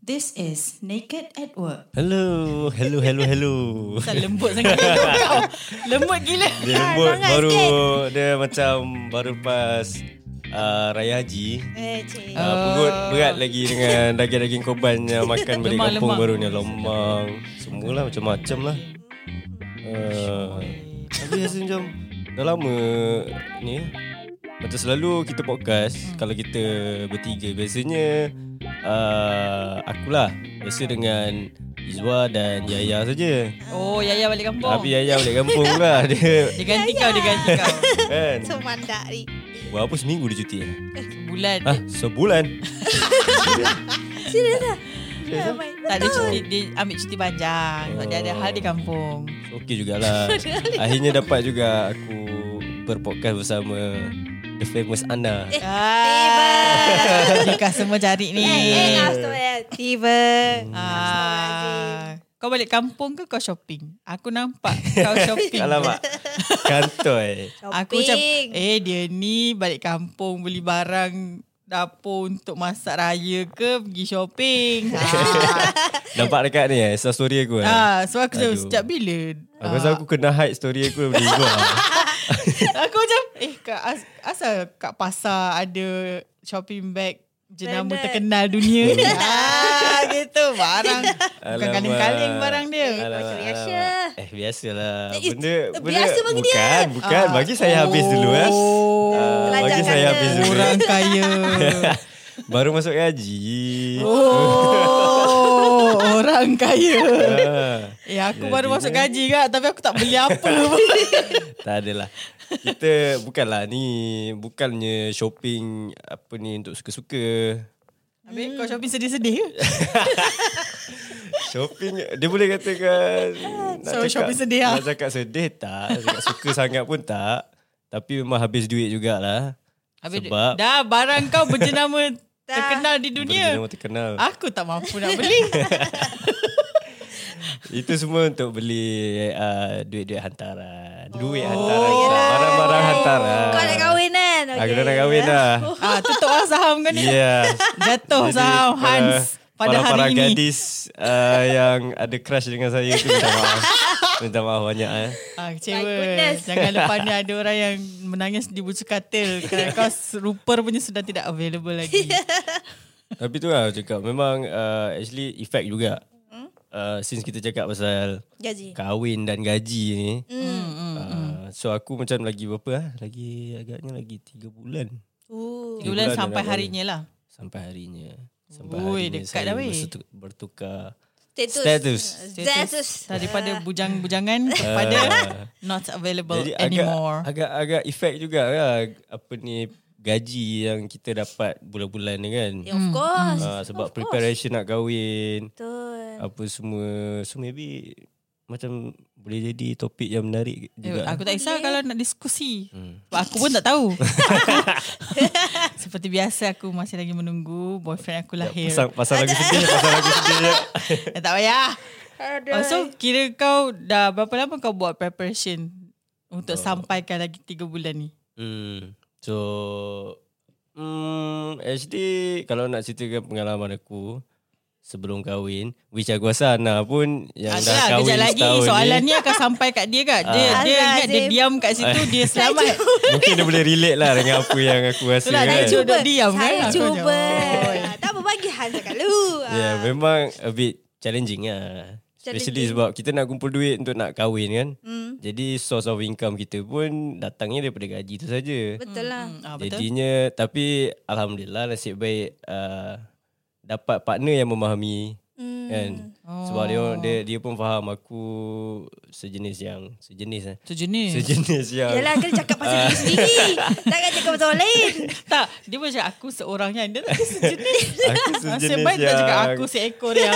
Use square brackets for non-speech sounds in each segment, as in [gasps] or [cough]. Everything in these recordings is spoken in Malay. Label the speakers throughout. Speaker 1: This is Naked at Work.
Speaker 2: Hello, hello, hello,
Speaker 1: [laughs]
Speaker 2: hello.
Speaker 1: Tak lembut [laughs] sangat hidung kau. Lembut gila.
Speaker 2: Dia lembut
Speaker 1: Ah, Sangat
Speaker 2: baru
Speaker 1: sikit.
Speaker 2: dia macam baru lepas uh, Raya Haji.
Speaker 3: Eh, cik.
Speaker 1: Ah.
Speaker 2: Uh, perut berat lagi dengan daging-daging korban yang makan balik
Speaker 1: Lemak,
Speaker 2: kampung
Speaker 1: lemak.
Speaker 2: baru ni lombang. Semualah macam-macam lah. Uh, tapi rasa macam dah lama ni macam selalu kita podcast hmm. kalau kita bertiga biasanya uh, akulah biasa dengan Izwa dan Yaya saja.
Speaker 1: Oh, Yaya balik kampung.
Speaker 2: Tapi Yaya balik
Speaker 3: [laughs]
Speaker 2: kampung pula dia
Speaker 1: Dia ganti kau, dia ganti kau.
Speaker 2: kan.
Speaker 3: So mandak ni.
Speaker 2: Berapa seminggu dia cuti? eh?
Speaker 1: Sebulan.
Speaker 2: Hah, sebulan.
Speaker 3: Oh my
Speaker 1: Tak ada cuti, dia ambil cuti panjang. Sebab dia ada hal di kampung.
Speaker 2: Okey
Speaker 3: [laughs]
Speaker 2: jugalah Akhirnya dapat juga Aku berpodcast bersama The famous Ana
Speaker 1: Ah, dia kan semua cari ni.
Speaker 3: Eh, eh, astagfirullah. Tiba.
Speaker 1: Ah, kau balik kampung ke kau shopping? Aku nampak kau shopping.
Speaker 2: Alamak Kantoi
Speaker 1: Aku macam Eh dia ni balik kampung Beli barang dapur untuk masak raya ke pergi shopping.
Speaker 2: Nampak dekat ni eh Insta story aku
Speaker 1: ah,
Speaker 2: eh.
Speaker 1: ah, so aku macam
Speaker 2: Aduh.
Speaker 1: sejak bila?
Speaker 2: Aku rasa aku kena hide story aku ah. Daripada Ibu
Speaker 3: [laughs]
Speaker 1: aku macam eh kak, as, asal kat pasar ada shopping bag jenama
Speaker 3: Branded.
Speaker 1: terkenal
Speaker 2: [laughs]
Speaker 1: dunia ni. ah, gitu barang. Bukan
Speaker 2: Alamak.
Speaker 1: kaling-kaling barang dia.
Speaker 2: Alamak,
Speaker 3: biasa.
Speaker 2: alamak. Eh biasalah
Speaker 3: Eh,
Speaker 2: Benda,
Speaker 3: eh,
Speaker 2: benda
Speaker 3: biasa bagi dia.
Speaker 2: Bukan bukan
Speaker 1: Ah.
Speaker 2: Kan, Bagi saya habis dulu eh. Ah,
Speaker 1: Oh.
Speaker 2: Bagi
Speaker 3: Telanjang
Speaker 2: saya
Speaker 3: kata.
Speaker 2: habis dulu eh.
Speaker 1: Orang
Speaker 2: [laughs]
Speaker 1: kaya.
Speaker 2: Baru masuk gaji
Speaker 1: Oh, orang
Speaker 2: [laughs]
Speaker 1: kaya.
Speaker 2: Ah.
Speaker 1: Eh aku
Speaker 2: Jadi
Speaker 1: baru masuk
Speaker 2: dia-
Speaker 1: gaji kak Tapi aku tak beli
Speaker 2: [laughs]
Speaker 1: apa pun
Speaker 2: Tak adalah Kita bukanlah ni Bukannya shopping Apa ni Untuk suka-suka
Speaker 1: Habis kau shopping sedih-sedih ke?
Speaker 2: Shopping Dia boleh katakan nak
Speaker 1: So, shopping sedih lah.
Speaker 2: Nak cakap sedih tak Nak cakap suka sangat pun tak Tapi memang habis duit jugalah
Speaker 1: Habis
Speaker 2: Sebab-
Speaker 1: Dah barang kau berjenama Terkenal di dunia Ah.
Speaker 2: Berjenama terkenal
Speaker 1: Aku tak mampu nak beli
Speaker 2: Itu semua untuk beli uh, Duit-duit hantaran Duit
Speaker 1: Oh.
Speaker 2: hantaran Barang-barang hantaran
Speaker 3: Kau nak kahwin kan?
Speaker 2: Aku Ah, dah nak kahwin dah
Speaker 1: ah, Tutup lah saham kau ni
Speaker 2: Yes
Speaker 1: Jatuh
Speaker 2: Jadi, eh,
Speaker 1: saham
Speaker 2: para-
Speaker 1: Hans Pada
Speaker 2: para, para
Speaker 1: hari ini
Speaker 2: gadis uh, yang ada crush dengan saya tu minta
Speaker 1: [laughs]
Speaker 2: maaf. minta maaf banyak eh.
Speaker 1: ah,
Speaker 3: My
Speaker 1: Kecewa
Speaker 3: goodness.
Speaker 1: Jangan lepas ni ada orang yang Menangis di bucu katil
Speaker 3: [laughs]
Speaker 1: Kerana kau rupa-rupanya Sudah tidak available lagi
Speaker 2: Tapi tu lah aku cakap memang uh, actually effect juga.
Speaker 1: Hmm?
Speaker 2: Uh, since kita cakap pasal
Speaker 3: Gaji.
Speaker 2: kahwin dan gaji ni.
Speaker 1: Hmm.
Speaker 2: Uh, so aku macam lagi berapa lah? Lagi agaknya lagi 3 bulan
Speaker 3: Ooh.
Speaker 2: Bulan
Speaker 1: Bulan
Speaker 2: dah
Speaker 1: sampai
Speaker 2: nak
Speaker 1: harinya lah
Speaker 2: sampai harinya. Sampai
Speaker 1: Ui,
Speaker 2: harinya
Speaker 1: dekat
Speaker 2: saya
Speaker 1: dah, weh.
Speaker 2: bersetu- bertukar
Speaker 3: Status.
Speaker 2: status.
Speaker 3: Status. Ah.
Speaker 1: Daripada
Speaker 2: [laughs]
Speaker 1: bujang-bujangan Kepada Not available
Speaker 2: Ah. Jadi
Speaker 1: anymore
Speaker 2: agak agak agak efek juga lah apa ni gaji yang kita dapat bulan-bulan ni kan.
Speaker 1: Ya.
Speaker 3: Yeah,
Speaker 1: Hmm.
Speaker 3: of course.
Speaker 2: Ah, sebab
Speaker 3: Of course.
Speaker 2: preparation nak kahwin
Speaker 3: Betul.
Speaker 2: apa semua so maybe macam boleh jadi topik yang menarik
Speaker 1: Eh,
Speaker 2: juga.
Speaker 1: aku tak kisah kalau nak diskusi. Sebab aku pun tak
Speaker 3: [laughs]
Speaker 1: tahu. [laughs] Seperti biasa aku masih lagi menunggu boyfriend aku lahir.
Speaker 2: pasang pasang lagu
Speaker 1: [laughs]
Speaker 2: sedih, pasang lagu sedih. je.
Speaker 1: Eh, tak payah.
Speaker 3: Aduh.
Speaker 1: Oh, so kira kau dah berapa lama kau buat preparation untuk
Speaker 2: Oh.
Speaker 1: sampaikan lagi 3 bulan ni?
Speaker 2: Hmm. So hmm, actually kalau nak ceritakan pengalaman aku sebelum kahwin, which aku rasa Ana pun yang dah
Speaker 1: Adalah
Speaker 2: kahwin
Speaker 1: lah, kejap lagi
Speaker 2: setahun
Speaker 1: soalan ni akan sampai kat dia kat. Dia
Speaker 3: Ah.
Speaker 1: dia
Speaker 3: Alah,
Speaker 1: ingat dia
Speaker 3: Azim.
Speaker 1: diam kat situ dia selamat.
Speaker 2: Mungkin dia boleh relate lah dengan apa yang aku rasa
Speaker 1: Itulah,
Speaker 2: kan.
Speaker 1: saya
Speaker 2: Ya,
Speaker 1: cuba. duduk diam kan?
Speaker 3: Saya
Speaker 1: Aku
Speaker 3: cuba.
Speaker 1: macam, oi.
Speaker 3: Ah, tak apa bagi Han cakap lu. Ah,
Speaker 2: yeah, Ya, memang a bit challenging lah. Especially
Speaker 3: Challenging.
Speaker 2: sebab kita nak kumpul duit untuk nak kahwin kan.
Speaker 3: Hmm.
Speaker 2: Jadi source of income kita pun datangnya daripada gaji tu saja.
Speaker 3: Betul lah.
Speaker 1: Hmm, ah, betul.
Speaker 2: Jadinya tapi alhamdulillah nasib baik uh, dapat partner yang memahami
Speaker 3: Hmm.
Speaker 2: kan. Sebab dia
Speaker 1: Oh.
Speaker 2: dia dia pun faham aku sejenis yang sejenis eh.
Speaker 1: Tu jenis.
Speaker 2: Sejenis yang
Speaker 3: Yalah kena cakap pasal diri sendiri. Takkan cakap pasal orang lain.
Speaker 1: Tak, dia pun cakap aku seorang yang dia tak kira sejenis.
Speaker 2: [laughs] aku
Speaker 1: Nasib
Speaker 2: sejenis
Speaker 1: baik dia tak cakap
Speaker 2: yang
Speaker 1: aku seekor yang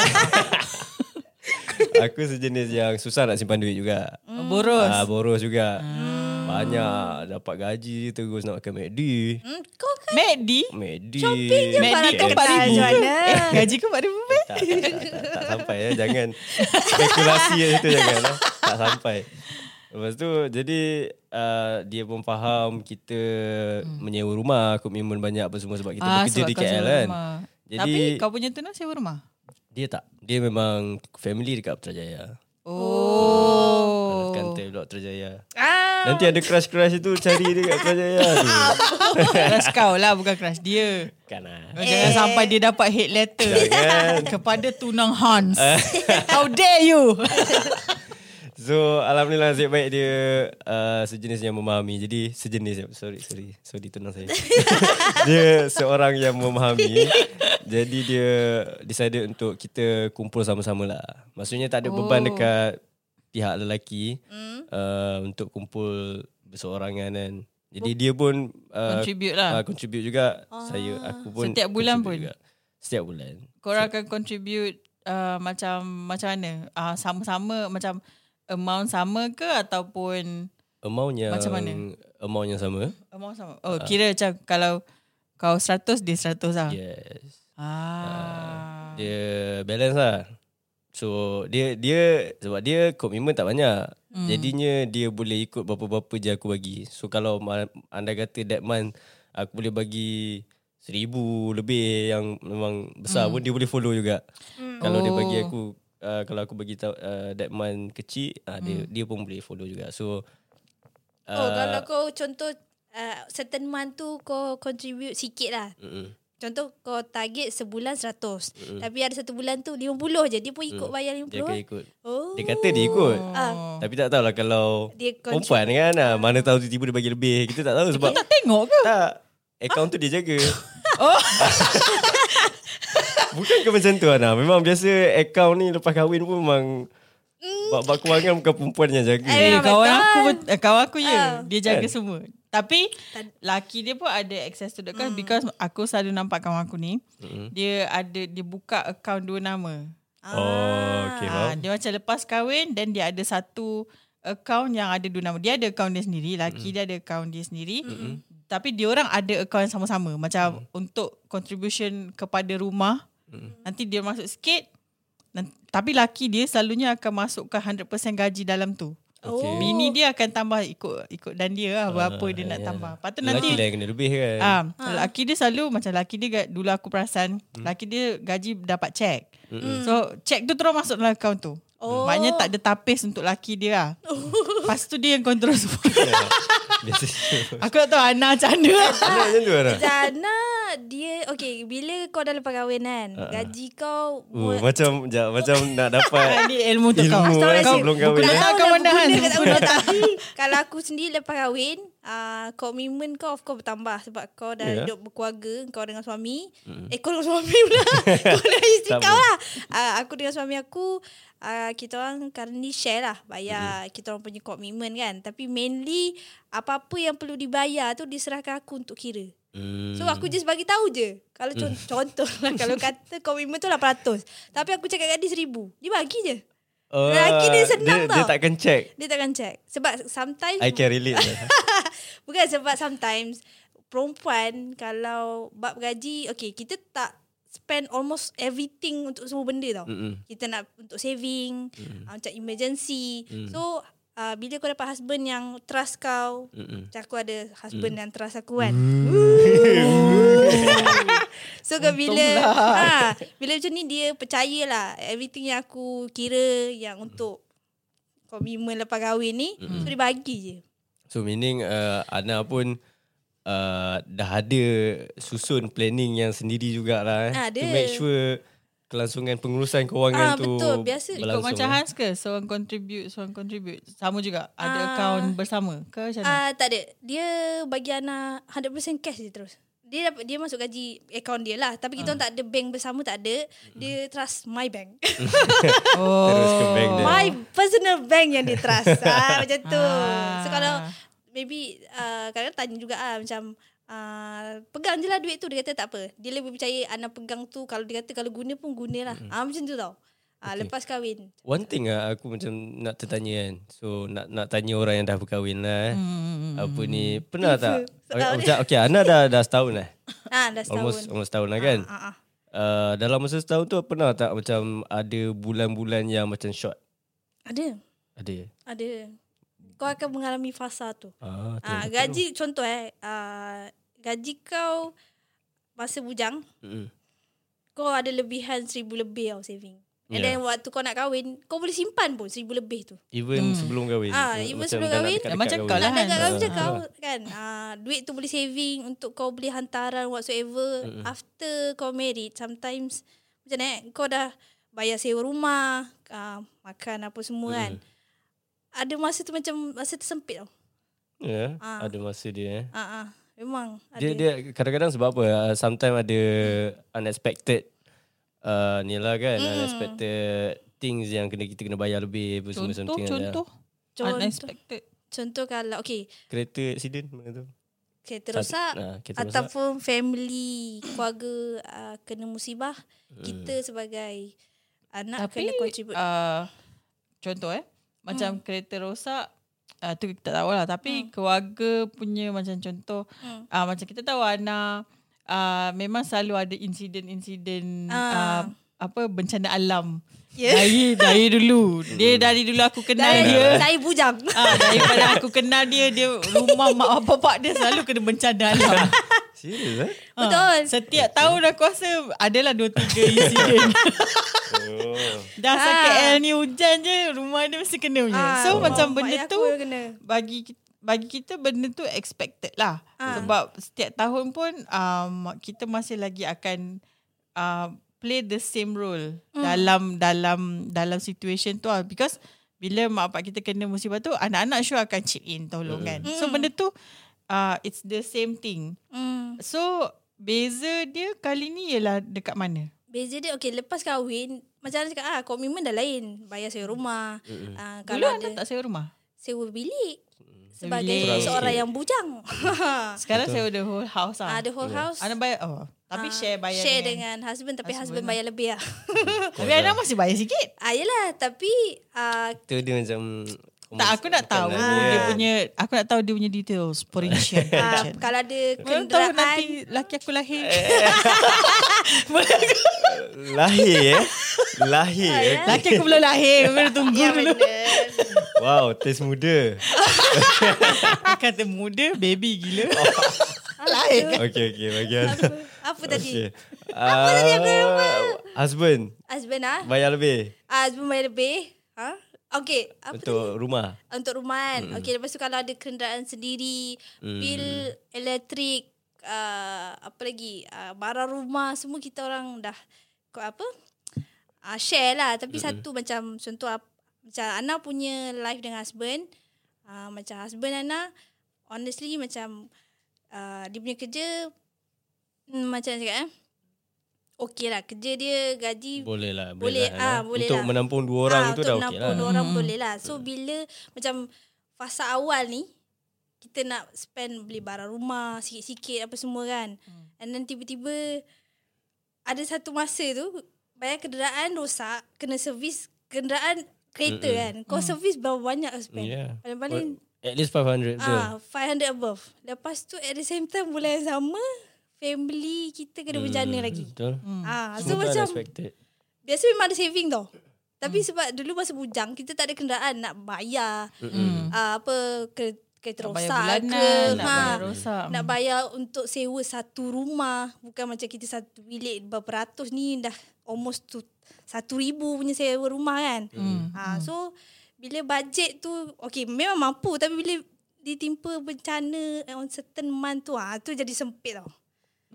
Speaker 2: aku sejenis yang susah nak simpan duit juga.
Speaker 3: Hmm.
Speaker 1: boros.
Speaker 2: Ah, boros juga. Hmm. Banyak dapat gaji je terus nak makan McD.
Speaker 3: Hmm, kau kan
Speaker 1: Medi
Speaker 2: McD.
Speaker 3: Shopping je
Speaker 1: Mac
Speaker 3: barang
Speaker 1: dia
Speaker 3: kau
Speaker 1: empat
Speaker 3: tak
Speaker 1: ribu.
Speaker 3: Joanna.
Speaker 1: Eh, gaji kau 4000 ribu
Speaker 2: tak, tak, tak, tak, tak sampai ya. Jangan spekulasi kat situ jangan. lah. Tak sampai. Lepas tu jadi uh, dia pun faham kita hmm. menyewa
Speaker 1: Ah,
Speaker 2: rumah, komitmen banyak apa semua sebab kita bekerja di KL kan.
Speaker 1: Tapi kau punya tu nak sewa rumah.
Speaker 2: Dia tak. Dia memang family dekat Putrajaya.
Speaker 1: Oh.
Speaker 2: Oh. Kantor blok Putrajaya.
Speaker 3: Ah.
Speaker 2: Nanti ada crush-crush tu cari dia kat Putrajaya tu.
Speaker 1: Crush kau lah bukan crush dia.
Speaker 2: Kan lah.
Speaker 1: Eh. Jangan sampai dia dapat hate letter
Speaker 2: Jangan.
Speaker 1: [laughs] kepada tunang Hans. [laughs] How dare you?
Speaker 2: So Alhamdulillah nasib baik dia uh, Sejenis yang memahami Jadi sejenis Sorry sorry Sorry tunang saya [laughs] Dia seorang yang memahami Jadi dia Decided untuk kita Kumpul sama-sama lah Maksudnya tak ada oh. beban dekat Pihak lelaki mm. uh, Untuk kumpul Berseorangan kan Jadi dia pun uh,
Speaker 1: [laughs] Contribute lah.
Speaker 2: uh, Contribute juga ah. Saya Aku pun
Speaker 1: Setiap bulan
Speaker 2: contribute
Speaker 1: pun?
Speaker 2: juga. Setiap bulan
Speaker 1: Korang akan contribute uh, macam macam mana? Uh, sama-sama macam amount sama ke ataupun
Speaker 2: Amount yang
Speaker 1: Macam mana?
Speaker 2: Amount yang sama
Speaker 1: amount sama? Oh, kira macam kalau kau 100 dia 100 lah.
Speaker 2: Yes
Speaker 1: Ah.
Speaker 2: Dia balance lah So dia dia sebab dia komitmen tak banyak. Mm.
Speaker 3: Hmm.
Speaker 2: Jadinya dia boleh ikut berapa-berapa je aku bagi. So kalau ma- anda kata that month aku boleh bagi seribu lebih yang memang besar mm. pun
Speaker 3: Hmm.
Speaker 2: dia boleh follow juga. Mm. Kalau oh. dia
Speaker 1: Oh.
Speaker 2: bagi aku uh, kalau aku bagi tahu uh, that month kecil uh, mm. dia dia pun boleh follow juga. So
Speaker 3: Hmm.
Speaker 2: Ah.
Speaker 3: Oh, kalau kau contoh uh, certain month tu kau contribute sikit lah.
Speaker 2: mm,
Speaker 3: Contoh kau target sebulan 100. Mm. Tapi ada satu bulan tu 50 je. Dia pun ikut bayar 50.
Speaker 2: Mm. dia akan ikut.
Speaker 3: Oh.
Speaker 2: Dia kata dia ikut.
Speaker 3: Ah.
Speaker 2: Tapi tak tahulah kalau
Speaker 3: Dia contribute.
Speaker 2: perempuan kan ah, mana tahu tiba-tiba dia bagi lebih. Kita tak tahu
Speaker 3: [laughs]
Speaker 2: sebab
Speaker 1: Kau tak tengok ke?
Speaker 2: Tak. Akaun tu dia jaga. Oh. [laughs] Bukan ke macam tu Ana? Memang biasa akaun ni lepas kahwin pun memang bab-bab kewangan bukan perempuan yang jaga.
Speaker 1: Eh,
Speaker 3: memang
Speaker 1: kawan
Speaker 3: betul.
Speaker 1: aku pun- eh, kawan aku ya.
Speaker 3: Ah.
Speaker 1: Dia jaga
Speaker 2: Kan?
Speaker 1: semua. Tapi
Speaker 3: Tad-
Speaker 1: laki dia pun ada access to the
Speaker 3: Hmm.
Speaker 1: account because aku selalu nampak kawan aku ni. Dia ada dia buka account dua nama.
Speaker 2: Oh, okay,
Speaker 1: Ah,
Speaker 2: faham.
Speaker 1: dia macam lepas kahwin dan dia ada satu account yang ada dua nama. Dia ada account dia sendiri, laki dia ada account dia sendiri. Tapi dia orang ada account yang sama-sama. Macam
Speaker 2: Mm.
Speaker 1: untuk contribution kepada rumah. Nanti dia masuk sikit. nan- Tapi laki dia selalunya akan masukkan 100% gaji dalam tu.
Speaker 2: Okay. Ah, ya,
Speaker 1: Bini dia akan tambah ikut ikut dan dia lah berapa dia nak tambah. Lepas tu nanti
Speaker 2: Lelaki lah yang kena lebih kan.
Speaker 1: Ah, ha. laki dia selalu macam laki dia ga- dulu aku perasan hmm. laki dia gaji dapat cek. Hmm. So cek tu terus masuk dalam akaun tu.
Speaker 3: Oh.
Speaker 1: Maknanya tak ada tapis untuk laki dia [laughs] lah. Lepas tu dia yang kontrol
Speaker 2: [laughs]
Speaker 1: semua.
Speaker 2: Ya, Biasa.
Speaker 1: aku tak tahu Ana macam [laughs] mana.
Speaker 2: Ana macam tu Ana?
Speaker 3: Zana dia okay bila kau dah lepas kahwin
Speaker 2: Ha,
Speaker 3: kan uh-uh. gaji kau
Speaker 2: Uh,
Speaker 3: buat-
Speaker 2: macam sekejap, macam nak dapat
Speaker 1: Ah, Ni ilmu untuk kau.
Speaker 2: ilmu kan
Speaker 3: Kau-
Speaker 2: sebelum kahwin.
Speaker 1: bukan
Speaker 2: eh.
Speaker 1: nak- kau mana, Han?
Speaker 3: berguna ke tak guna
Speaker 1: [laughs]
Speaker 3: tapi kalau aku sendiri lepas kahwin uh, komitmen kau of course bertambah sebab kau
Speaker 2: Ya.
Speaker 3: dah yeah. hidup berkeluarga kau dengan suami mm. eh kau dengan suami
Speaker 2: [laughs]
Speaker 3: pula kau dengan isteri
Speaker 2: Tak
Speaker 3: kau lah uh, aku dengan suami aku uh, kita orang currently share lah bayar mm. kita orang punya komitmen kan tapi mainly apa-apa yang perlu dibayar tu diserahkan aku untuk kira
Speaker 2: Hmm.
Speaker 3: So aku just bagi tahu je. Kalau
Speaker 2: Mm.
Speaker 3: con- contoh lah kalau kata komitmen tu 800. Tapi aku cakap kat dia 1000. Dia bagi je.
Speaker 2: Oh,
Speaker 3: lelaki dia senang
Speaker 2: dia,
Speaker 3: tau.
Speaker 2: Dia takkan check.
Speaker 3: Dia takkan check. Sebab sometimes
Speaker 2: I can relate
Speaker 3: [laughs]
Speaker 2: lah.
Speaker 3: bukan sebab sometimes perempuan kalau bab gaji okay kita tak spend almost everything untuk semua benda tau.
Speaker 2: Mm-mm.
Speaker 3: Kita nak untuk saving, mm. uh, macam emergency. Mm. So uh, bila kau dapat husband yang trust kau,
Speaker 2: Mm-mm.
Speaker 3: macam aku ada husband mm. yang trust aku kan. [laughs] So ke bila ha, bila macam ni dia percayalah everything yang aku kira yang untuk komitmen lepas kahwin ni mm-hmm. so dia bagi je.
Speaker 2: So meaning uh, Ana pun uh, dah ada susun planning yang sendiri jugalah eh.
Speaker 3: Ada.
Speaker 2: To make sure kelangsungan pengurusan kewangan
Speaker 3: Ah,
Speaker 2: tu
Speaker 3: betul. Biasa ikut
Speaker 1: Kau
Speaker 2: berlangsung.
Speaker 1: macam Hans ke? Seorang contribute, seorang contribute. Sama juga. Ada
Speaker 3: Ah.
Speaker 1: account bersama ke macam mana?
Speaker 3: Ah uh, tak ada. Dia bagi Ana 100% cash je terus. Dia dapat dia masuk gaji akaun dia lah tapi kita orang tak ada bank bersama tak ada. Dia trust my bank.
Speaker 1: oh.
Speaker 2: eh. Terus ke bank dia.
Speaker 3: my personal bank yang dia trust. ah macam tu.
Speaker 1: Ah.
Speaker 3: So kalau maybe uh, kadang tanya juga ah macam Uh, pegang je lah duit tu Dia kata tak apa Dia lebih percaya Ana pegang tu Kalau dia kata Kalau guna pun guna lah mm-hmm. ah, Macam tu tau ah, okay. Lepas kahwin
Speaker 2: One thing lah aku macam nak tertanya kan. So nak nak tanya orang yang dah berkahwin lah eh. Hmm. Apa ni pernah tak? Okay, macam okay, Ana dah dah setahun lah.
Speaker 3: ah, Dah [laughs] setahun
Speaker 2: Almost almost setahun lah kan.
Speaker 3: ah, ah.
Speaker 2: Uh, dalam masa setahun tu pernah tak macam ada bulan-bulan yang macam short?
Speaker 3: Ada
Speaker 2: Ada.
Speaker 3: Ada Kau akan mengalami fasa tu
Speaker 2: Ah, tu.
Speaker 3: ah, Gaji contoh eh ah, Gaji kau Masa bujang
Speaker 2: Mm-mm.
Speaker 3: kau ada lebihan seribu lebih tau saving. And
Speaker 2: Yeah.
Speaker 3: yeah. then waktu kau nak kahwin, kau boleh simpan pun seribu lebih tu.
Speaker 2: Even sebelum kahwin.
Speaker 3: Ah,
Speaker 2: Eh,
Speaker 3: even
Speaker 2: macam
Speaker 3: sebelum
Speaker 2: dah nak
Speaker 3: kahwin.
Speaker 2: dekat-dekat
Speaker 1: Macam kau lah
Speaker 3: Tak
Speaker 1: kan?
Speaker 3: ada kat kau macam
Speaker 2: Ah.
Speaker 3: kau kan. Ah, duit tu boleh saving untuk kau beli hantaran whatsoever. Mm-hmm. After kau married, sometimes macam ni eh, kau dah bayar sewa rumah, ah, makan apa semua kan. Ada masa tu macam masa tersempit tau.
Speaker 2: Ya,
Speaker 3: Ah.
Speaker 2: ada masa dia eh.
Speaker 3: Ah, ah, memang ada.
Speaker 2: Dia
Speaker 3: Hmm.
Speaker 2: dia kadang-kadang sebab apa? Uh, sometimes ada unexpected uh, ni lah kan, unexpected things yang kena kita kena bayar lebih apa semua
Speaker 1: Contoh,
Speaker 2: something. like that.
Speaker 1: contoh.
Speaker 3: Contoh.
Speaker 1: Unexpected.
Speaker 3: Contoh kalau okay,
Speaker 2: Kereta accident mana tu?
Speaker 3: kereta rosak
Speaker 2: Ah, kereta rosak.
Speaker 3: ataupun family keluarga uh, kena musibah,
Speaker 2: Hmm.
Speaker 3: kita sebagai anak
Speaker 1: Tapi
Speaker 3: kena Hmm. contribute.
Speaker 1: uh, contoh eh macam kereta rosak uh, tu kita tak tahu lah tapi keluarga punya macam contoh
Speaker 3: Hmm.
Speaker 1: uh, macam kita tahu Ana uh, memang selalu ada insiden-insiden uh,
Speaker 3: Ah.
Speaker 1: apa bencana alam
Speaker 3: Ya.
Speaker 1: [laughs] dari dari dulu dia dari dulu aku kenal
Speaker 3: Dari,
Speaker 1: dia
Speaker 3: dari bujang. [laughs]
Speaker 1: Ah, daripada aku kenal dia dia rumah mak bapak dia selalu kena bencana alam.
Speaker 2: Serius eh?
Speaker 1: Ah,
Speaker 3: Betul.
Speaker 1: Setiap tahun aku rasa adalah dua tiga insiden.
Speaker 2: Oh.
Speaker 1: Dah ha.
Speaker 3: Ah.
Speaker 1: KL ni hujan je Rumah dia mesti kena punya ha.
Speaker 3: Ah,
Speaker 1: So
Speaker 3: rumah
Speaker 1: macam
Speaker 3: mak
Speaker 1: benda
Speaker 3: ayah
Speaker 1: tu
Speaker 3: aku yang kena.
Speaker 1: Bagi kita bagi kita benda tu expected lah ha.
Speaker 3: Ah.
Speaker 1: sebab setiap tahun pun um, kita masih lagi akan uh, play the same role mm.
Speaker 3: Hmm.
Speaker 1: dalam dalam dalam situation tu lah because bila mak bapak kita kena musibah tu anak-anak sure akan chip in tolong kan so benda tu uh, it's the same thing
Speaker 3: Hmm.
Speaker 1: so beza dia kali ni ialah dekat mana
Speaker 3: Beza dia okay lepas kahwin macam mana cakap ah komitmen dah lain bayar sewa rumah mm ah,
Speaker 1: dulu
Speaker 3: kalau
Speaker 1: anda
Speaker 3: ada
Speaker 1: tak sewa rumah
Speaker 3: sewa bilik sebagai
Speaker 1: Bilik.
Speaker 2: Mm. Kurang
Speaker 3: seorang
Speaker 2: sikit.
Speaker 3: yang
Speaker 1: [laughs]
Speaker 3: bujang
Speaker 1: sekarang sewa the whole house lah
Speaker 3: ah the whole house
Speaker 1: Ana bayar oh. Tapi
Speaker 3: ah,
Speaker 1: share bayar
Speaker 3: share dengan, husband tapi husband, bayar lebih lah [laughs]
Speaker 1: [laughs] Tapi Ana masih bayar sikit
Speaker 3: ah yelah tapi ah
Speaker 2: Tu dia macam
Speaker 1: Tak aku nak
Speaker 2: Oh,
Speaker 1: tahu
Speaker 2: Bukan lah.
Speaker 1: Dia punya Aku nak tahu dia punya details Perincian
Speaker 3: ah,
Speaker 1: perincian.
Speaker 3: kalau ada
Speaker 1: Mana tahu
Speaker 3: kenderaan
Speaker 1: nanti Laki aku
Speaker 2: [laughs]
Speaker 1: lahir
Speaker 2: Lahir
Speaker 1: [laughs]
Speaker 2: eh Lahir eh
Speaker 1: Laki aku belum lahir Kena tunggu
Speaker 3: ya
Speaker 1: dulu [laughs]
Speaker 3: benar
Speaker 2: Wow Taste muda
Speaker 1: Dia [laughs] Kata muda Baby gila Lahir kan
Speaker 2: Okay okay bagian
Speaker 3: apa, apa tadi
Speaker 2: okay. Apa
Speaker 3: tadi aku lupa?
Speaker 2: Ah, Husband
Speaker 3: husband ah
Speaker 2: Bayar lebih
Speaker 3: ah, husband bayar lebih ha okay apa tadi?
Speaker 2: Untuk rumah
Speaker 3: untuk rumah kan. Mm. Okey lepas tu kalau ada kenderaan sendiri, mm. bil elektrik, uh, apa lagi, uh, barang rumah semua kita orang dah kau apa? Uh, share lah tapi mm. satu macam contoh ap- macam Ana punya life dengan husband, uh, macam husband Ana honestly macam uh, dia punya kerja hmm, macam mana cakap eh Okey lah kerja dia gaji
Speaker 2: Boleh lah
Speaker 3: Boleh,
Speaker 2: lah,
Speaker 3: ah,
Speaker 2: Ana.
Speaker 3: boleh
Speaker 2: Untuk
Speaker 3: lah.
Speaker 2: menampung dua orang
Speaker 3: Ah,
Speaker 2: tu
Speaker 3: untuk
Speaker 2: dah
Speaker 3: enam
Speaker 2: okay lah
Speaker 3: puluh orang boleh lah. So bila macam fasa awal ni kita nak spend beli barang rumah sikit-sikit apa semua kan. And then tiba-tiba ada satu masa tu bayar kenderaan rosak, kena servis kenderaan kereta mm kan. Kau servis berapa banyak kau spend?
Speaker 2: Yeah.
Speaker 3: Paling-paling
Speaker 2: Ya. At least 500 betul
Speaker 3: ah 500 above. Lepas tu at the same time bulan yang sama family kita kena berjana lagi.
Speaker 2: Betul
Speaker 3: Ah so
Speaker 2: Semua tu
Speaker 3: macam
Speaker 2: unexpected
Speaker 3: Biasa memang ada saving tau. Tapi hmm. sebab dulu masa bujang kita tak ada kenderaan nak bayar
Speaker 1: Hmm.
Speaker 3: uh, apa ke kereta
Speaker 1: Nak bayar
Speaker 3: rosak ke
Speaker 1: bulanan Nak
Speaker 3: ha,
Speaker 1: bayar rosak
Speaker 3: nak bayar untuk sewa satu rumah bukan macam kita satu bilik berapa ratus ni dah almost tu satu ribu punya sewa rumah kan.
Speaker 1: Hmm.
Speaker 3: Ha, so bila bajet tu okay memang mampu tapi bila ditimpa bencana on certain month tu ah ha, tu jadi sempit tau.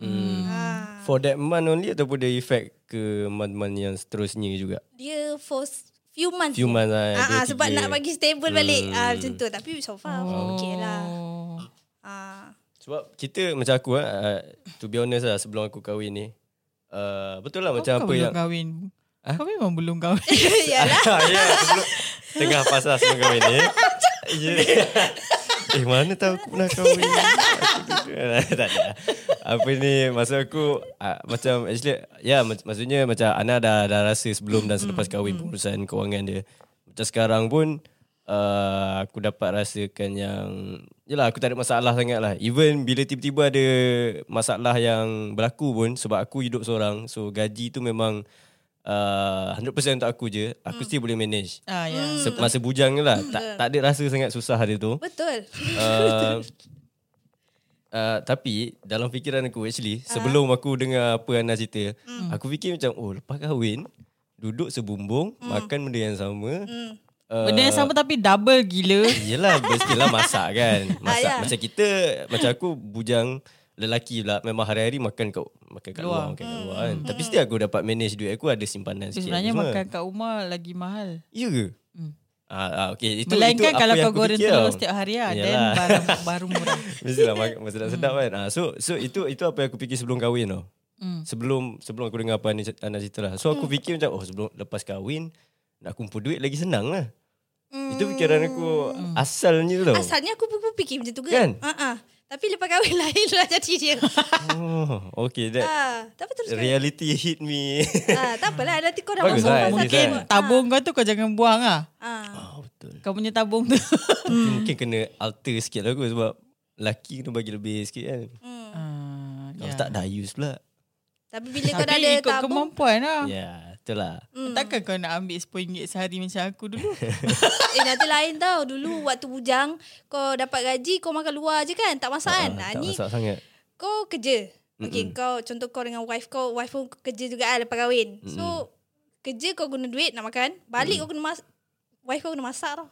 Speaker 2: Hmm.
Speaker 3: Ha.
Speaker 2: For that month only Ataupun dia effect Ke month-month yang seterusnya juga
Speaker 3: dia for s- few months.
Speaker 2: Few
Speaker 3: je.
Speaker 2: months lah,
Speaker 3: Ah,
Speaker 2: dua,
Speaker 3: ah, sebab
Speaker 2: tiga. Hmm.
Speaker 3: nak bagi stable balik. Ah macam tu tapi so far oh. okay lah.
Speaker 1: Oh.
Speaker 3: Ah.
Speaker 2: Sebab kita macam aku lah, uh, to be honest lah sebelum aku kahwin ni. Uh, betul lah macam apa
Speaker 1: Kau belum
Speaker 2: yang
Speaker 1: kahwin Kau memang belum kahwin
Speaker 2: [laughs]
Speaker 3: Yalah.
Speaker 2: ya, sebelum, tengah pasal sebelum kahwin ni. Ya. Eh mana tahu aku pernah
Speaker 1: [laughs]
Speaker 2: kahwin Aku duduk- Tak ada Apa ni Maksud aku ah, Macam actually Ya mak- maksudnya Macam Ana dah, dah rasa Sebelum dan selepas
Speaker 1: Mm,
Speaker 2: kahwin Pengurusan kewangan dia Macam sekarang pun uh, Aku dapat rasakan yang Yelah aku tak ada masalah sangat lah Even bila tiba-tiba ada Masalah yang berlaku pun Sebab aku hidup seorang So gaji tu memang uh, 100% untuk aku je Aku still boleh manage
Speaker 1: Mm. ah, ya. Mm,
Speaker 2: Se- Masa bujang je lah tak, tak ada rasa sangat susah dia tu
Speaker 3: Betul.
Speaker 2: Uh, Uh, tapi dalam fikiran aku actually sebelum aku dengar apa Ana cerita aku fikir macam oh lepas kahwin duduk sebumbung makan benda yang sama uh,
Speaker 1: Benda yang sama tapi double gila.
Speaker 2: Yelah Mestilah masak kan Masak
Speaker 3: ya.
Speaker 2: Macam kita Macam aku bujang Lelaki pula Memang hari-hari makan kat Makan kat luar, Makan kat luar kan Tapi still aku dapat manage duit aku Ada simpanan
Speaker 1: Tapi
Speaker 2: sikit
Speaker 1: sebenarnya
Speaker 2: semua.
Speaker 1: makan kat rumah lagi mahal.
Speaker 2: Ya ke? Ah, ah, okay. itu,
Speaker 1: Melainkan
Speaker 2: itu apa
Speaker 1: kalau
Speaker 2: yang
Speaker 1: kau
Speaker 2: aku
Speaker 1: goreng
Speaker 2: fikir
Speaker 1: telur
Speaker 2: tau.
Speaker 1: setiap hari lah. Then
Speaker 2: Yalah.
Speaker 1: barang baru
Speaker 2: [laughs]
Speaker 1: murah.
Speaker 2: Mestilah makan Mestilah sedap kan ah, So so itu itu apa yang aku fikir sebelum kahwin tau
Speaker 1: Hmm.
Speaker 2: Sebelum sebelum aku dengar apa Ana Ana cerita lah So aku
Speaker 3: Hmm.
Speaker 2: fikir macam Oh sebelum lepas kahwin Nak kumpul duit lagi senang lah Itu fikiran aku Asalnya tau
Speaker 3: Hmm, Asalnya aku pun fikir macam tu ke?
Speaker 2: Kan?
Speaker 3: Uh-uh. Tapi lepas kahwin [laughs] lain lah jadi
Speaker 2: [laughs]
Speaker 3: dia.
Speaker 2: oh, Okay that
Speaker 3: ah, tapi terus kahwin.
Speaker 2: Reality hit me.
Speaker 3: ah, tak apalah nanti kau dah
Speaker 2: Bagus
Speaker 3: masuk
Speaker 2: lah,
Speaker 3: masa
Speaker 2: at least
Speaker 1: Mungkin
Speaker 3: tua.
Speaker 1: tabung kau tu kau jangan buang lah.
Speaker 3: [laughs] ah.
Speaker 2: Oh, betul.
Speaker 1: Kau punya tabung
Speaker 2: [laughs]
Speaker 1: tu.
Speaker 2: Mungkin,
Speaker 3: Hmm.
Speaker 2: mungkin kena alter sikit lah aku sebab lelaki kena bagi lebih sikit kan.
Speaker 3: Hmm.
Speaker 1: Ah,
Speaker 3: Ya.
Speaker 2: Kalau tak dah use pula.
Speaker 3: Tapi bila kau dah
Speaker 1: Tapi
Speaker 3: ada
Speaker 1: ikut
Speaker 3: tabung hmm.
Speaker 1: kemampuan lah.
Speaker 2: Ya,
Speaker 3: Ah.
Speaker 2: yeah, betul lah.
Speaker 1: Takkan kau nak ambil RM10 sehari macam aku dulu?
Speaker 3: Eh nanti lain tau Dulu waktu bujang Kau dapat gaji Kau makan luar je kan Tak masak kan
Speaker 2: Ah,
Speaker 3: ha,
Speaker 2: tak
Speaker 3: Ni
Speaker 2: masak sangat.
Speaker 3: kau kerja Okay kau Contoh kau dengan wife kau Wife pun kerja juga lah Lepas kahwin So Kerja kau guna duit nak makan Balik kau kena masak Wife kau kena masak tau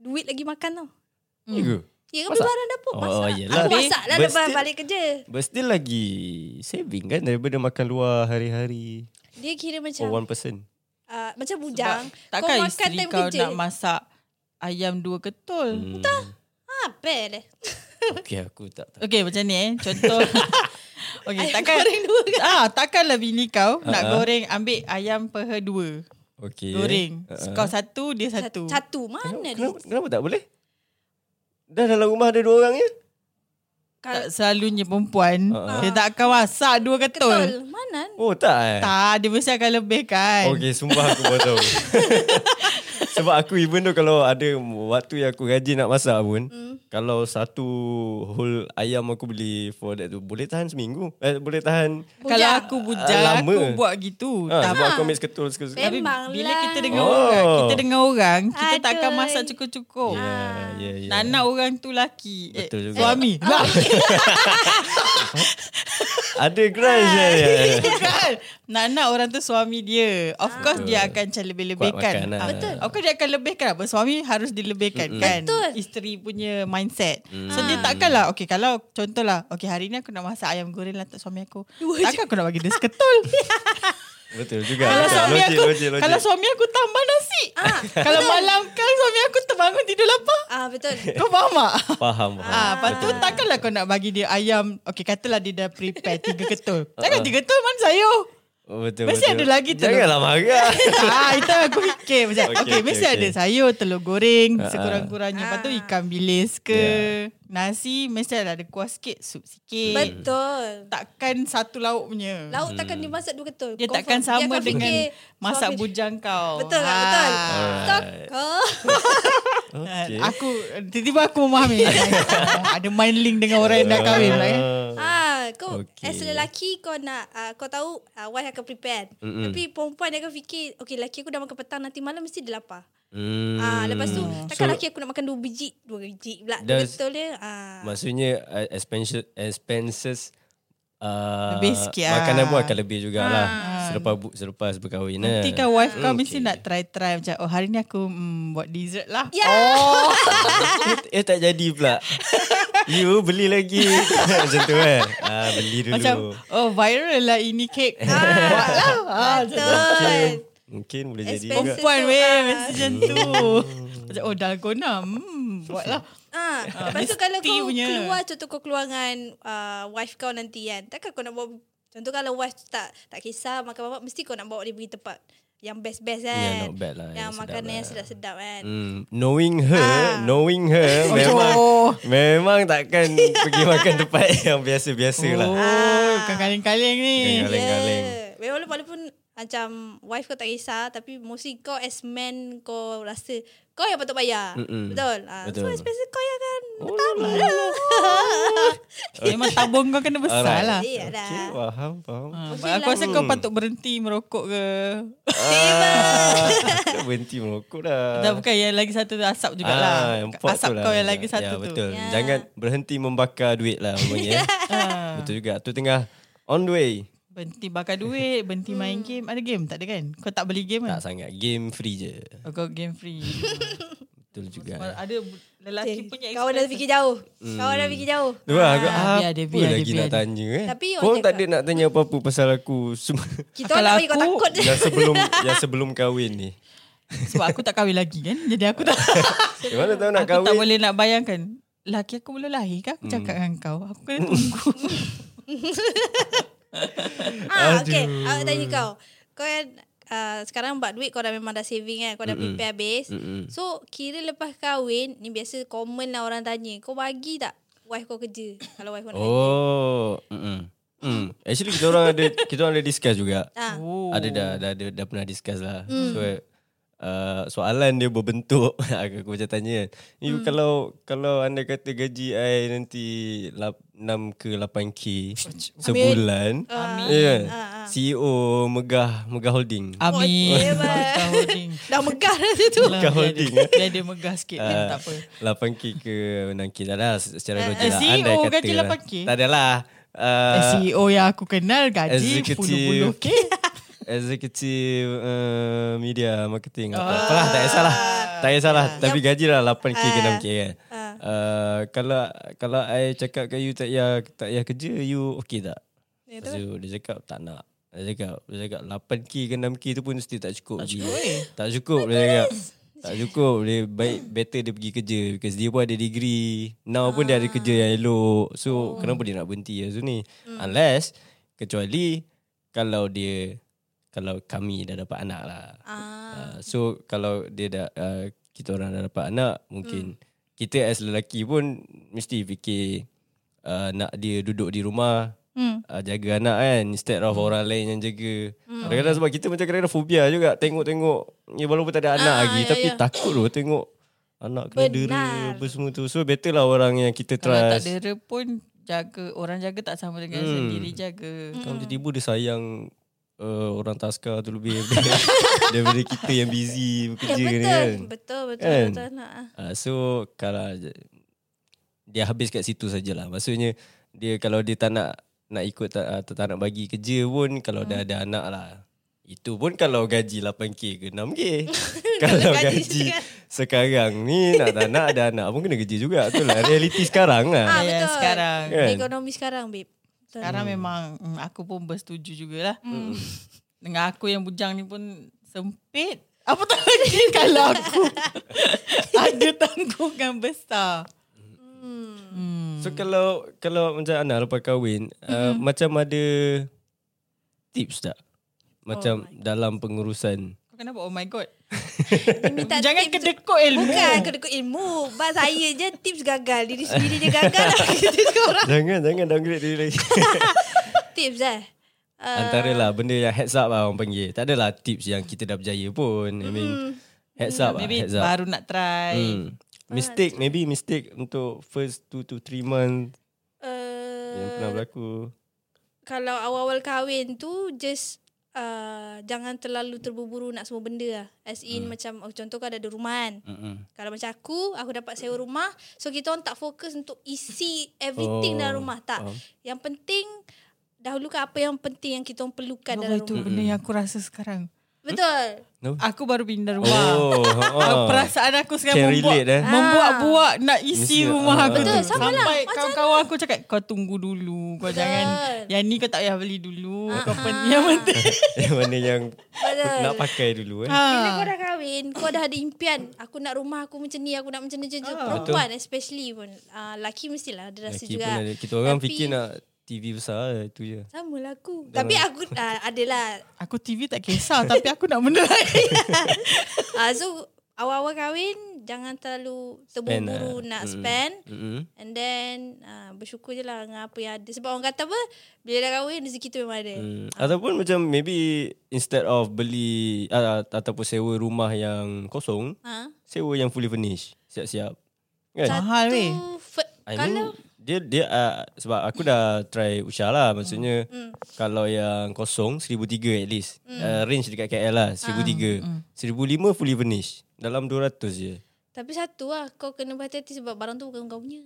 Speaker 3: Duit lagi makan tau
Speaker 2: Ya ke?
Speaker 3: Ya kau beli barang dapur
Speaker 2: Oh,
Speaker 3: Masak
Speaker 2: yelah.
Speaker 3: Aku masak lah
Speaker 2: But
Speaker 3: lepas
Speaker 2: still-
Speaker 3: balik kerja
Speaker 2: But still lagi saving kan daripada makan luar hari-hari
Speaker 3: Dia kira
Speaker 2: for
Speaker 3: macam
Speaker 2: one person.
Speaker 3: uh, Macam bujang
Speaker 1: Oh, Sebab Takkan
Speaker 3: Kau makan
Speaker 1: isteri
Speaker 3: time
Speaker 1: kau
Speaker 3: kerja
Speaker 1: nak masak ayam dua ketul.
Speaker 2: Hmm.
Speaker 3: Apa lah
Speaker 2: Okay, aku tak tahu.
Speaker 1: Okay macam ni eh.
Speaker 2: [laughs]
Speaker 1: Contoh. okay
Speaker 3: Ayam
Speaker 1: takkan.
Speaker 3: goreng dua ke?
Speaker 1: Ah, takkanlah bini kau uh-huh. nak
Speaker 2: Ah.
Speaker 1: goreng ambil ayam per dua.
Speaker 2: Okay.
Speaker 1: Goreng.
Speaker 2: Ah, ah.
Speaker 1: Kau satu, dia satu.
Speaker 3: Satu Mana dia
Speaker 2: Kenapa, kenapa tak boleh? Dah dalam rumah ada dua orang ya? je.
Speaker 3: Kalau-
Speaker 1: Tak selalunya perempuan.
Speaker 2: Ah, ah.
Speaker 1: Dia tak akan masak dua ketul.
Speaker 3: Betul Mana
Speaker 2: Oh tak eh?
Speaker 1: Tak, kan? dia mesti akan lebihkan.
Speaker 2: Okay, sumpah aku baru
Speaker 1: [laughs]
Speaker 2: tahu. Sebab aku even tu kalau ada waktu yang aku rajin nak masak pun,
Speaker 1: Hmm.
Speaker 2: mm. kalau satu whole ayam aku beli for that tu, boleh tahan seminggu. Eh, boleh tahan.
Speaker 1: Kalau
Speaker 3: Bujang.
Speaker 1: aku bujang,
Speaker 2: Ah, lama.
Speaker 1: aku buat gitu.
Speaker 2: Ha,
Speaker 1: Tapi
Speaker 2: sebab aku ambil seketul seketul. Ya,
Speaker 3: Memang.
Speaker 1: Tapi bila
Speaker 3: lah.
Speaker 1: kita dengan
Speaker 2: Oh.
Speaker 1: orang, kita dengan orang, kita tak akan
Speaker 3: Aduh.
Speaker 1: masak cukup-cukup.
Speaker 2: ya, ya.
Speaker 1: Nak nak orang tu laki.
Speaker 2: Betul
Speaker 1: eh,
Speaker 2: juga.
Speaker 1: Suami. Lah,
Speaker 2: Ada grudge ya, ya.
Speaker 1: [laughs]
Speaker 2: ya.
Speaker 1: Bukan. Nak nak Kan? orang tu suami dia. Of course dia akan macam lebih-lebihkan.
Speaker 2: Kuat makan lah.
Speaker 1: Ah,
Speaker 2: Betul.
Speaker 1: Of course dia akan lebihkan. Apa suami harus dilebihkan kan.
Speaker 3: Betul.
Speaker 1: Isteri punya mindset.
Speaker 2: Mm.
Speaker 1: So dia takkanlah. Okay kalau contohlah. Okay hari ni aku nak masak ayam goreng lah untuk suami aku. Takkan aku nak bagi
Speaker 2: [laughs]
Speaker 1: dia seketul.
Speaker 2: Betul juga.
Speaker 1: Kalau
Speaker 2: betul.
Speaker 1: suami
Speaker 2: Kan, Logik,
Speaker 1: aku
Speaker 2: logik, logik.
Speaker 1: kalau suami aku tambah nasi. [laughs] Kalau malam kan suami aku terbangun tidur lapar.
Speaker 3: Ah
Speaker 1: [laughs]
Speaker 3: betul
Speaker 1: Kau faham tak?
Speaker 2: Faham. faham.
Speaker 1: Ah, lepas tu takkanlah kau nak bagi dia ayam. Okey, katalah dia dah prepare tiga
Speaker 2: [laughs]
Speaker 1: ketul.
Speaker 2: Ah.
Speaker 1: Takkan tiga ketul mana sayur?
Speaker 2: Oh, betul,
Speaker 1: Mesti
Speaker 2: betul.
Speaker 1: ada lagi tu.
Speaker 2: Janganlah marah.
Speaker 1: ah, itu aku fikir
Speaker 2: Okey,
Speaker 1: macam okay, okay,
Speaker 2: okey,
Speaker 1: mesti
Speaker 2: okey. Ah,
Speaker 1: ada sayur, telur goreng sekurang-kurangnya. Lepas
Speaker 3: Ah.
Speaker 1: tu ikan bilis ke,
Speaker 2: Yeah.
Speaker 1: nasi mesti ada, ada kuah sikit, sup sikit.
Speaker 3: Betul
Speaker 1: takkan satu lauk punya.
Speaker 3: Lauk takkan dia masak dua ketul
Speaker 1: Hmm. dia
Speaker 3: Confirm.
Speaker 1: takkan
Speaker 3: Dia
Speaker 1: sama
Speaker 3: akan
Speaker 1: dengan
Speaker 3: fikir
Speaker 1: masak
Speaker 3: suami-
Speaker 1: bujang Ah. kau.
Speaker 3: Betul lah betul Stop kau
Speaker 2: Okay.
Speaker 1: Aku tiba-tiba aku
Speaker 2: [laughs]
Speaker 1: memahami. Oh, ada mind link dengan orang yang dah kahwin lah. eh.
Speaker 3: Ah, kau
Speaker 2: Okay.
Speaker 3: okay. as a lelaki kau nak uh, kau tahu uh, wife akan prepare.
Speaker 2: Mm-mm.
Speaker 3: Mm-mm. Tapi perempuan dia akan fikir, okay lelaki aku dah makan petang nanti malam mesti dia lapar.
Speaker 2: Hmm.
Speaker 3: Mm. Ah, lepas tu takkan
Speaker 2: So-
Speaker 3: lelaki aku nak makan dua biji, dua biji pula.
Speaker 2: Does-
Speaker 3: Betul dia. Ah.
Speaker 2: Maksudnya uh, expenses expenses uh,
Speaker 1: Lebih sikit lah.
Speaker 2: Makanan pun akan lebih jugalah selepas bu- selepas berkahwin. lah.
Speaker 1: Nanti kan wife kau
Speaker 2: Hmm,
Speaker 1: mesti
Speaker 2: okay.
Speaker 1: nak try-try macam oh hari ni aku mm, buat dessert lah.
Speaker 3: Ya.
Speaker 1: Oh.
Speaker 2: eh tak jadi pula. you beli lagi. [laughs] Macam tu eh. Ah beli dulu.
Speaker 1: Macam oh viral lah ini kek. Buat lah. Ah, macam tu.
Speaker 3: Betul.
Speaker 2: mungkin boleh jadi
Speaker 3: Expensive.
Speaker 2: juga.
Speaker 1: Perempuan
Speaker 3: tu,
Speaker 1: weh
Speaker 3: ah.
Speaker 1: mesti macam tu. Macam oh dalgona. Hmm, buat lah.
Speaker 3: [laughs] Ah,
Speaker 1: mesti
Speaker 3: lepas tu kalau kau
Speaker 1: punya.
Speaker 3: keluar contoh kau keluar dengan uh, wife kau nanti kan. Takkan kau nak bawa contoh kalau wife tu tak tak kisah makan apa mesti kau nak bawa dia pergi tempat yang best-best kan.
Speaker 2: not bad lah, yang
Speaker 3: Yang,
Speaker 2: sedap
Speaker 3: makanan
Speaker 2: lah.
Speaker 3: yang sedap-sedap kan.
Speaker 2: Hmm, knowing her,
Speaker 3: Ah.
Speaker 2: knowing her memang
Speaker 1: [laughs] Oh.
Speaker 2: memang takkan pergi makan tempat [laughs] yang biasa-biasa lah.
Speaker 1: Oh, bukan kaling-kaling ni.
Speaker 2: Bukan kaling. Kaleng-kaleng.
Speaker 3: Yeah. Memang walaupun macam wife kau tak kisah tapi mostly kau as man kau rasa Kau yang patut bayar.
Speaker 2: Mm-mm.
Speaker 3: Betul. Ah,
Speaker 2: Betul.
Speaker 3: So expenses kau kan? yang akan
Speaker 2: Oh,
Speaker 3: bertambah
Speaker 2: lah.
Speaker 3: lah.
Speaker 1: Eh, Memang tabung kau kena besar
Speaker 2: Alright.
Speaker 1: lah.
Speaker 3: Ya dah.
Speaker 2: Okay, faham, faham.
Speaker 1: Ha,
Speaker 3: Okey
Speaker 1: but aku
Speaker 3: lah.
Speaker 1: rasa kau patut berhenti merokok ke.
Speaker 2: Ah, dah berhenti merokok dah.
Speaker 1: Dah bukan yang lagi satu tu asap jugalah.
Speaker 2: Ah, yang pot
Speaker 1: asap
Speaker 2: tu lah.
Speaker 1: kau yang lagi satu
Speaker 2: ya,
Speaker 1: tu.
Speaker 2: Betul.
Speaker 3: Ya.
Speaker 2: Jangan berhenti membakar duit lah
Speaker 1: [laughs]
Speaker 2: umpamanya.
Speaker 1: Ha.
Speaker 2: betul juga. Tu tengah on the way.
Speaker 1: Berhenti bakar duit, berhenti main game. Ada game tak ada kan? Kau tak beli game
Speaker 2: Tak
Speaker 1: kan?
Speaker 2: sangat. Game free je.
Speaker 1: Oh, kau game [laughs] free.
Speaker 2: Betul juga.
Speaker 1: ada lelaki punya
Speaker 3: Kawan dah fikir jauh. Kawan dah fikir jauh.
Speaker 2: Tu lah, Mm. aku,
Speaker 1: Ah, biar
Speaker 2: apa
Speaker 1: dia, biar dia,
Speaker 2: lagi
Speaker 1: biar
Speaker 2: nak
Speaker 1: dia.
Speaker 2: tanya eh.
Speaker 3: Tapi orang
Speaker 2: Korang tak
Speaker 3: cakap-
Speaker 2: ada nak tanya apa-apa pasal aku semua.
Speaker 1: Kalau
Speaker 3: Kita orang tak bagi kau
Speaker 1: aku-
Speaker 3: takut. [laughs]
Speaker 2: yang sebelum yang sebelum kahwin ni.
Speaker 1: [laughs] Sebab aku tak kahwin lagi kan? Jadi aku tak
Speaker 2: Macam mana tahu nak
Speaker 1: aku tak
Speaker 2: kahwin?
Speaker 1: boleh nak bayangkan. Laki aku belum lahir kan aku cakap
Speaker 2: Hmm.
Speaker 1: dengan kau. Aku
Speaker 2: [laughs]
Speaker 1: kena tunggu.
Speaker 3: Ah, okay. Aku tanya kau. Kau yang uh, sekarang buat duit kau dah memang dah saving kan. Kau dah prepare habis.
Speaker 2: Mm-mm.
Speaker 3: So, kira lepas kahwin, ni biasa common lah orang tanya. Kau bagi tak wife kau kerja? Kalau wife kau nak kerja.
Speaker 2: Oh, mm-mm. Mm. Actually kita orang ada kita orang ada discuss juga.
Speaker 3: Ah.
Speaker 1: Oh.
Speaker 2: Ada dah dah dah, dah pernah discuss lah.
Speaker 1: Hmm.
Speaker 2: Mm. So uh, soalan dia berbentuk [laughs] aku, aku macam tanya kan. You
Speaker 1: Hmm.
Speaker 2: kalau kalau anda kata gaji I nanti lap- 6 ke 8k sebulan. ya,
Speaker 1: Amin.
Speaker 2: Yeah.
Speaker 3: Ah, ah.
Speaker 2: CEO E Megah Megah Holding.
Speaker 1: Ah, Amin.
Speaker 3: Okey, bye.
Speaker 1: Kau holding.
Speaker 3: Dah megah dah [laughs] macam tu.
Speaker 2: Kau
Speaker 1: Lah, biar
Speaker 2: holding, eh.
Speaker 1: dia- Biar dia megah sikit kan
Speaker 2: Ah,
Speaker 1: tak apa.
Speaker 2: 8k ke 6k tak adalah secara gaji
Speaker 1: eh,
Speaker 2: lah.
Speaker 1: CEO
Speaker 2: Andai kata
Speaker 1: gaji
Speaker 2: lah.
Speaker 1: 8K?
Speaker 2: Tak adalah.
Speaker 1: Eh,
Speaker 2: Uh,
Speaker 1: CEO yang aku kenal gaji puluh-puluh K.
Speaker 2: Executive uh, media marketing apa. Apalah tak kisahlah. Tak kisahlah. Tapi gaji lah 8k ke 6k kan. Uh, kalau kalau I cakap kat you tak payah tak payah kerja, you okay tak? Lepas Ya, tu dia cakap tak nak. Dia cakap, dia cakap 8k ke 6k tu pun still tak cukup. Tak cukup. eh? Tak cukup dia cakap. Tak cukup Dia baik Better dia pergi kerja Because dia pun ada degree Now pun dia ada kerja yang elok So Ah. oh. Hmm. kenapa dia nak berhenti Yang tu ni Unless Kecuali Kalau dia Kalau kami dah dapat anak lah
Speaker 1: Ah.
Speaker 2: uh, So kalau dia dah uh, Kita orang dah dapat anak
Speaker 1: Hmm.
Speaker 2: Mungkin Kita as lelaki pun Mesti fikir uh, Nak dia duduk di rumah
Speaker 3: Hmm.
Speaker 2: uh, jaga anak kan instead of
Speaker 1: Hmm.
Speaker 2: orang lain yang jaga. Kadang-kadang sebab kita macam kadang-kadang fobia juga tengok-tengok ya walaupun tak ada
Speaker 1: Ah,
Speaker 2: anak lagi tapi
Speaker 1: ya.
Speaker 2: takut loh tengok anak kena dera apa semua tu. So better lah orang yang kita
Speaker 1: Kalau tak
Speaker 2: [laughs] trust.
Speaker 1: dera pun jaga orang jaga tak sama dengan
Speaker 2: Hmm.
Speaker 1: sendiri jaga.
Speaker 2: Kalau tiba-tiba dia sayang uh, orang taska tu lebih [laughs] daripada kita yang busy bekerja ni
Speaker 3: Eh, Betul.
Speaker 2: kan.
Speaker 3: Betul, betul,
Speaker 2: Kan?
Speaker 3: betul. nak, ah.
Speaker 2: Uh, so kalau j- dia habis kat situ sajalah. Maksudnya dia kalau dia tak nak nak ikut tak, atau tak nak bagi kerja pun kalau hmm. dah ada anak lah. Itu pun kalau gaji 8k ke 6k. [laughs] kalau gaji sekarang ni nak tak nak ada anak pun kena kerja juga. Itulah realiti sekarang lah.
Speaker 3: Ah,
Speaker 1: Ya,
Speaker 3: betul.
Speaker 1: sekarang.
Speaker 2: Kan?
Speaker 3: Ekonomi sekarang, babe. Betul.
Speaker 1: Sekarang memang mm, aku pun bersetuju jugalah.
Speaker 2: Hmm.
Speaker 1: Mm. Dengan aku yang bujang ni pun sempit. Apa tak lagi [laughs] kalau aku ada tanggungan besar. Hmm.
Speaker 2: So kalau kalau macam anak lepas kahwin uh, macam ada tips tak? Macam oh dalam pengurusan.
Speaker 1: Kau kenapa? Oh my god.
Speaker 3: Dia minta
Speaker 1: Jangan
Speaker 3: tips.
Speaker 1: kedekut ilmu.
Speaker 3: Bukan kena ikut ilmu Bah saya je tips gagal Diri sendiri je gagal lah [laughs] Kita cakap orang
Speaker 2: [laughs] jangan jangan downgrade diri [laughs] lagi.
Speaker 3: Tips eh uh,
Speaker 2: Antara lah benda yang heads up lah orang panggil. Tak adalah tips yang kita dah berjaya pun. I mean
Speaker 3: Hmm.
Speaker 2: heads up lah,
Speaker 1: Maybe
Speaker 2: heads up.
Speaker 1: baru nak try.
Speaker 2: Hmm. Mistake, maybe mistake untuk first 2 to 3 month
Speaker 3: uh,
Speaker 2: yang pernah berlaku.
Speaker 3: Kalau awal-awal kahwin tu Just uh, Jangan terlalu terburu-buru Nak semua benda lah As
Speaker 2: Hmm.
Speaker 3: in macam oh, Contoh kau ada ada rumah kan
Speaker 2: Mm-mm.
Speaker 3: Kalau macam aku Aku dapat sewa rumah So kita orang tak fokus Untuk isi everything
Speaker 2: Oh,
Speaker 3: oh, dalam rumah Tak
Speaker 2: faham.
Speaker 3: Yang penting Dahulukan apa yang penting Yang kita orang perlukan
Speaker 1: Baru
Speaker 3: dalam
Speaker 1: itu
Speaker 3: rumah
Speaker 1: benda yang aku rasa sekarang.
Speaker 3: Betul
Speaker 1: Aku baru pindah rumah.
Speaker 2: Oh,
Speaker 1: Oh.
Speaker 2: [laughs] oh.
Speaker 1: Perasaan aku sekarang
Speaker 2: Can
Speaker 1: membuat,
Speaker 2: relate, eh?
Speaker 1: membuat-buat nak isi
Speaker 2: Mesti,
Speaker 1: rumah
Speaker 2: ah.
Speaker 1: aku
Speaker 2: Betul,
Speaker 1: tu.
Speaker 3: sama lah.
Speaker 1: Sampai
Speaker 3: Macam
Speaker 1: kawan-kawan aku cakap kau tunggu dulu. Kau
Speaker 3: Betul. Ah.
Speaker 1: jangan yang ni kau tak payah beli dulu. Kau pen- yang penting. [laughs]
Speaker 2: [laughs] yang mana yang
Speaker 3: Betul.
Speaker 2: nak pakai dulu eh.
Speaker 3: Bila
Speaker 1: Ha.
Speaker 3: kau dah kahwin Kau dah ada impian Aku nak rumah aku macam ni Aku nak macam ni macam tu Perempuan especially pun uh, Laki mestilah ada
Speaker 2: Laki
Speaker 3: rasa juga
Speaker 2: pun ada. Kita orang
Speaker 3: Tapi-
Speaker 2: fikir nak TV besar lah, itu je.
Speaker 3: Sama lah aku Tapi aku uh, adalah [laughs]
Speaker 1: Aku TV tak kisah tapi aku nak benda lain.
Speaker 3: uh, So awal-awal kahwin jangan terlalu
Speaker 2: Spend
Speaker 3: terburu-buru
Speaker 2: lah.
Speaker 3: nak
Speaker 2: Mm.
Speaker 3: spend
Speaker 2: Mm-mm.
Speaker 3: and then uh, bersyukur je lah dengan apa yang ada sebab orang kata apa bila dah kahwin rezeki tu memang ada.
Speaker 2: Hmm. Ataupun macam maybe instead of beli uh, ataupun sewa rumah yang kosong,
Speaker 3: Ha?
Speaker 2: sewa yang fully furnished, siap-siap. Kan?
Speaker 1: Mahal weh.
Speaker 3: Tu fe-
Speaker 2: I
Speaker 3: kalau
Speaker 2: mean, dia dia uh, sebab aku dah try Usha lah maksudnya
Speaker 3: Hmm.
Speaker 2: kalau yang kosong 1003 at least. Uh, range dekat KL lah 1003.
Speaker 3: Ah, hmm.
Speaker 2: 1005 fully furnished. Dalam 200 je.
Speaker 3: tapi satu lah kau kena berhati-hati sebab barang tu bukan kau punya.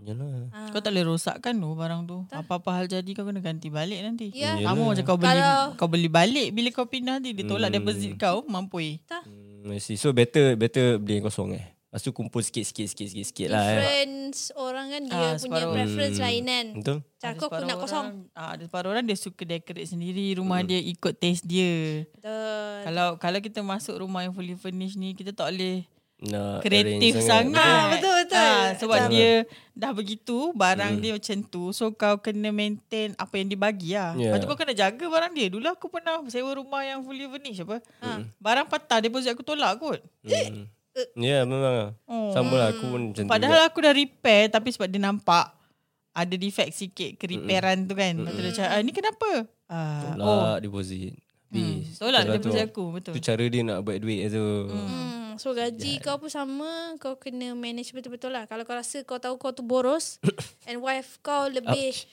Speaker 2: Yalah.
Speaker 3: Ha.
Speaker 1: Kau tak boleh rosakkan tu barang tu. Apa-apa hal jadi kau kena ganti balik nanti.
Speaker 3: Ya.
Speaker 1: Sama macam kau beli
Speaker 3: Kalau-
Speaker 1: kau beli balik bila kau pindah nanti dia tolak deposit kau eh. mampui.
Speaker 3: Tak.
Speaker 2: Hmm, I see. So better better beli yang kosong eh. Lepas tu kumpul sikit-sikit sikit-sikit sikit lah Hmm. eh.
Speaker 3: Preference orang kan dia
Speaker 1: Ah,
Speaker 3: punya
Speaker 1: separuh.
Speaker 3: preference lain kan.
Speaker 2: Betul?
Speaker 3: Macam aku aku nak kosong.
Speaker 1: Ah, ada separuh orang dia suka decorate sendiri rumah dia ikut taste dia.
Speaker 3: Betul.
Speaker 1: Kalau kalau kita masuk rumah yang fully furnished ni kita tak boleh
Speaker 2: Nak
Speaker 1: kreatif
Speaker 2: arrange
Speaker 1: sangat.
Speaker 3: Ah, betul, betul.
Speaker 1: Ah, sebab
Speaker 2: Betul. Hmm.
Speaker 1: dia dah begitu barang dia macam tu. So kau kena maintain apa yang dibagi lah.
Speaker 2: Yeah.
Speaker 1: Yeah. Lepas tu kau kena jaga barang dia. Dulu aku pernah sewa rumah yang fully furnished apa.
Speaker 3: Ah.
Speaker 1: Barang patah deposit aku tolak kot.
Speaker 2: Hmm. Ya yeah, memang lah.
Speaker 1: Oh.
Speaker 2: Sama lah aku pun macam tu
Speaker 1: Padahal aku dah repair tapi sebab dia nampak ada defect sikit keripairan tu kan. Lepas tu dia cakap, ah, ni kenapa? Ah,
Speaker 2: juga.
Speaker 1: oh,
Speaker 2: Hmm. Tolak Lah, deposit Habis
Speaker 1: tolak
Speaker 2: Lepas lah tu,
Speaker 1: deposit aku. Betul.
Speaker 2: Tu cara dia nak buat duit tu
Speaker 3: Hmm, so gaji kau pun sama Kau kena manage betul-betul lah Kalau kau rasa kau tahu kau tu boros
Speaker 2: [coughs]
Speaker 3: And wife kau lebih [laughs]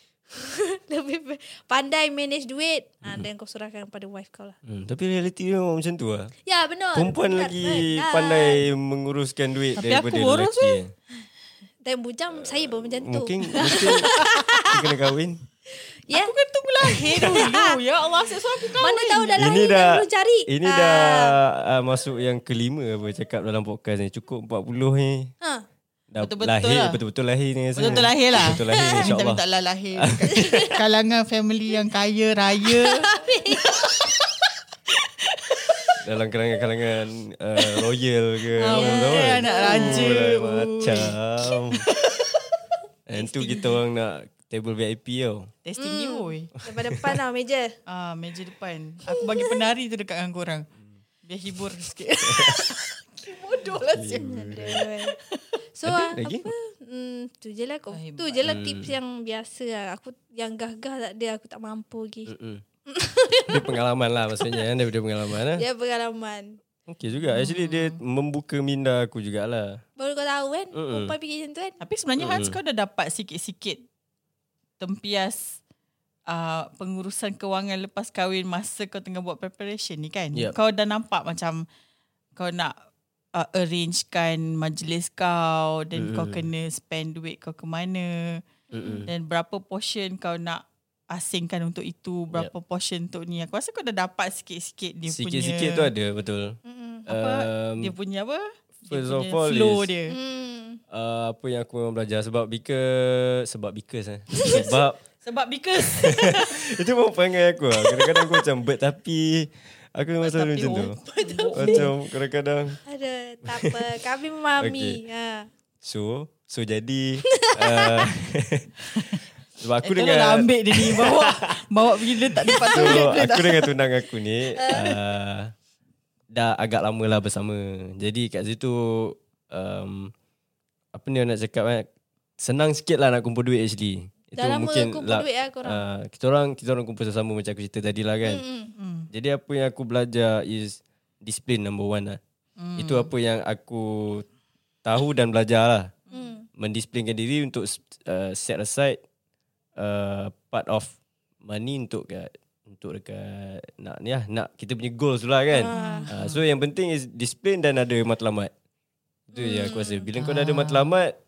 Speaker 3: Lebih pandai manage duit ah, Dan kau serahkan pada wife kau lah
Speaker 2: hmm. Tapi realiti dia memang macam tu lah
Speaker 3: Ya benar
Speaker 2: Perempuan
Speaker 3: Benar, Ah,
Speaker 2: lagi
Speaker 3: benar.
Speaker 2: pandai menguruskan duit
Speaker 1: lah. Tapi
Speaker 2: daripada
Speaker 1: aku boros
Speaker 2: lelaki eh.
Speaker 3: Dan bujang saya pun macam tu
Speaker 2: Mungkin
Speaker 1: [laughs]
Speaker 2: Mungkin Dia kena kahwin
Speaker 3: Ya Ah,
Speaker 1: Aku kan tunggu lahir
Speaker 3: [laughs]
Speaker 1: dulu. ya Allah, asyik suruh aku kahwin.
Speaker 3: Mana tahu dah
Speaker 2: ini
Speaker 3: lahir
Speaker 2: dah
Speaker 3: dah belum cari
Speaker 2: Ini
Speaker 3: Ah,
Speaker 2: dah uh, Masuk yang kelima apa Cakap dalam podcast ni Cukup 40 ni
Speaker 3: ha.
Speaker 2: Dah
Speaker 1: Betul-betul
Speaker 2: lahir
Speaker 1: lah.
Speaker 2: Betul-betul lahir ni rasa.
Speaker 1: Betul-betul lahir lah.
Speaker 2: Betul-betul
Speaker 1: [laughs]
Speaker 2: lahir insyaAllah
Speaker 1: Minta-minta lah
Speaker 2: [laughs]
Speaker 1: lahir. dekat Kalangan family yang kaya, raya.
Speaker 2: Dalam kalangan-kalangan uh, Royal ke apa tahu
Speaker 1: betul,
Speaker 2: kan.
Speaker 1: Ah, anak raja.
Speaker 2: Oh, lain
Speaker 1: Ui.
Speaker 2: Macam And tu kita orang nak Table VIP tau
Speaker 1: [laughs] Testing you weh.
Speaker 3: Daripada depan lah meja
Speaker 1: Ah, meja depan. Aku [laughs] bagi penari tu dekat dengan korang. Biar hibur sikit. Bodoh lah siapa.
Speaker 3: Aduh. eh. So
Speaker 2: Ada
Speaker 3: ah,
Speaker 2: lagi? Hmm.
Speaker 3: apa hmm, Tu je lah kau-
Speaker 1: Hebat.
Speaker 3: Tu je lah tips yang biasa lah. Aku yang gah-gah tak ada Aku tak mampu lagi
Speaker 2: Mm-mm. Dia pengalaman lah maksudnya kan Daripada pengalaman lah
Speaker 3: Dia pengalaman
Speaker 2: Okay juga Actually dia membuka minda aku jugalah
Speaker 3: Baru kau tahu kan
Speaker 2: Mm-mm.
Speaker 3: Perempuan fikir macam tu kan
Speaker 1: Tapi sebenarnya Hans kau dah dapat sikit-sikit tempias uh, pengurusan kewangan lepas kahwin masa kau tengah buat preparation ni kan.
Speaker 2: Yep.
Speaker 1: Kau dah nampak macam kau nak uh, arrangekan majlis kau dan kau kena spend duit kau ke mana
Speaker 2: Mm-mm.
Speaker 1: dan berapa portion kau nak asingkan untuk itu, berapa portion untuk ni. Aku rasa kau dah dapat sikit-sikit dia punya
Speaker 2: Sikit-sikit tu ada betul
Speaker 1: Hmm,
Speaker 3: Mm-mm.
Speaker 1: apa
Speaker 2: Um,
Speaker 1: dia punya apa? Dia
Speaker 2: first
Speaker 1: punya
Speaker 2: of all
Speaker 1: flow
Speaker 2: is-
Speaker 1: dia.
Speaker 3: Mm.
Speaker 2: uh, Apa yang aku memang belajar Sebab because Sebab because eh
Speaker 1: [laughs]
Speaker 2: Sebab
Speaker 1: Sebab because
Speaker 2: Itu memang perangai aku lah. Kadang-kadang aku macam bird tapi Aku memang selalu
Speaker 1: [laughs] tapi
Speaker 2: macam tu
Speaker 1: oh.
Speaker 2: Macam kadang-kadang
Speaker 3: Ada Tak apa Kami
Speaker 2: [laughs]
Speaker 3: memahami ha.
Speaker 2: So So jadi [laughs] uh, Sebab aku
Speaker 3: Eh,
Speaker 1: Aku
Speaker 2: dengan
Speaker 1: lah ambil dia ni
Speaker 2: [laughs]
Speaker 1: Bawa Bawa pergi dia tak dapat
Speaker 3: [laughs]
Speaker 2: So
Speaker 1: tu
Speaker 2: aku dengan tunang aku ni uh, Dah agak lama lah bersama Jadi kat situ um, Apa ni nak cakap kan Senang sikit lah nak kumpul duit actually Itu
Speaker 3: Dah lama
Speaker 2: mungkin
Speaker 3: kumpul duit lah korang. Hmm,
Speaker 2: ah, kita orang Kita orang kumpul sesama macam aku cerita tadi lah kan Jadi apa yang aku belajar is Discipline number one lah
Speaker 3: Hmm.
Speaker 2: mm. Itu apa yang aku Tahu dan belajar lah
Speaker 3: Mm.
Speaker 2: Mendisiplinkan diri untuk uh, Set aside uh, Part of Money untuk kat Untuk dekat Nak ni lah Nak kita punya goals tu lah kan uh, So yang penting is Discipline dan ada matlamat Itu je aku rasa Bila kau dah ada matlamat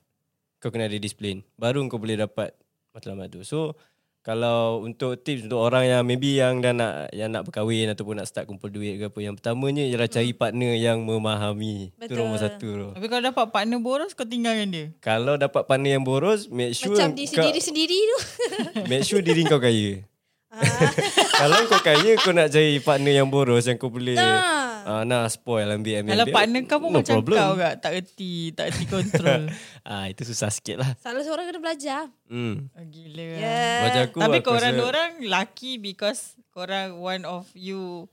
Speaker 2: Kau kena ada disiplin Baru kau boleh dapat Matlamat tu So kalau untuk tips untuk orang yang maybe yang dah nak yang nak berkahwin ataupun nak start kumpul duit ke apa yang pertamanya ialah cari partner yang memahami. Betul. Itu
Speaker 3: Betul.
Speaker 2: nombor satu tu.
Speaker 1: Tapi kalau dapat partner boros Kau tinggalkan dia
Speaker 2: Kalau dapat partner yang boros, make sure
Speaker 3: Macam di
Speaker 2: kau-
Speaker 3: sendiri-sendiri tu
Speaker 2: [laughs]
Speaker 3: [laughs]
Speaker 2: Make sure diri kau kaya.
Speaker 3: Ah.
Speaker 2: [laughs] Kalau kau kaya kau nak cari partner yang boros yang kau boleh ah,
Speaker 3: Nah.
Speaker 2: nah spoil ambil ambil.
Speaker 1: Kalau
Speaker 2: ambil,
Speaker 1: partner kau pun macam kau kat Tak reti Tak reti
Speaker 2: [laughs]
Speaker 1: kontrol
Speaker 2: ah itu susah sikit lah.
Speaker 3: Salah seorang kena belajar
Speaker 2: Hmm.
Speaker 1: oh, Gila yeah.
Speaker 3: Ya
Speaker 2: Macam aku
Speaker 1: Tapi
Speaker 2: aku
Speaker 1: korang
Speaker 2: rasa-
Speaker 1: orang Lucky because Korang one of you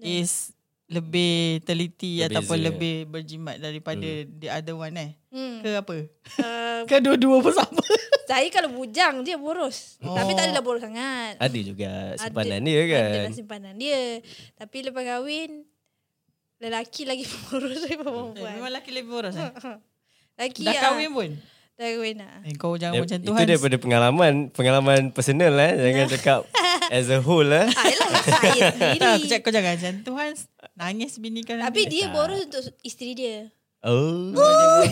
Speaker 1: Is lebih teliti
Speaker 2: Berbeza,
Speaker 1: ataupun
Speaker 2: eh.
Speaker 1: lebih berjimat daripada the other one eh?
Speaker 3: Hmm.
Speaker 1: Ke apa?
Speaker 2: Um,
Speaker 3: Uh,
Speaker 1: [laughs] Ke dua-dua pun
Speaker 2: [laughs]
Speaker 1: sama?
Speaker 3: saya kalau bujang dia boros. Oh. Tapi tak adalah boros sangat.
Speaker 2: Ada juga simpanan
Speaker 3: Ada- lah
Speaker 2: dia kan.
Speaker 3: Adalah simpanan dia. Tapi lepas kahwin lelaki lagi [laughs] boros daripada
Speaker 1: Eh,
Speaker 3: perempuan.
Speaker 1: memang lelaki lebih boros eh?
Speaker 3: Lelaki
Speaker 1: Dah
Speaker 3: ah,
Speaker 1: kahwin pun?
Speaker 3: Dah kahwin ah.
Speaker 1: Eh, kau jangan
Speaker 2: Dia-
Speaker 1: macam tu
Speaker 2: lah. Ya, Itu daripada pengalaman Pengalaman personal eh Jangan
Speaker 3: [laughs]
Speaker 2: cakap As a whole eh
Speaker 3: Ah, yelah,
Speaker 1: [laughs]
Speaker 3: saya
Speaker 1: Tak, aku
Speaker 3: sendiri.
Speaker 1: cakap kau jangan macam tu Hans. Nangis bini kau
Speaker 3: Tapi
Speaker 1: nanti.
Speaker 3: dia boros untuk isteri dia.
Speaker 2: Oh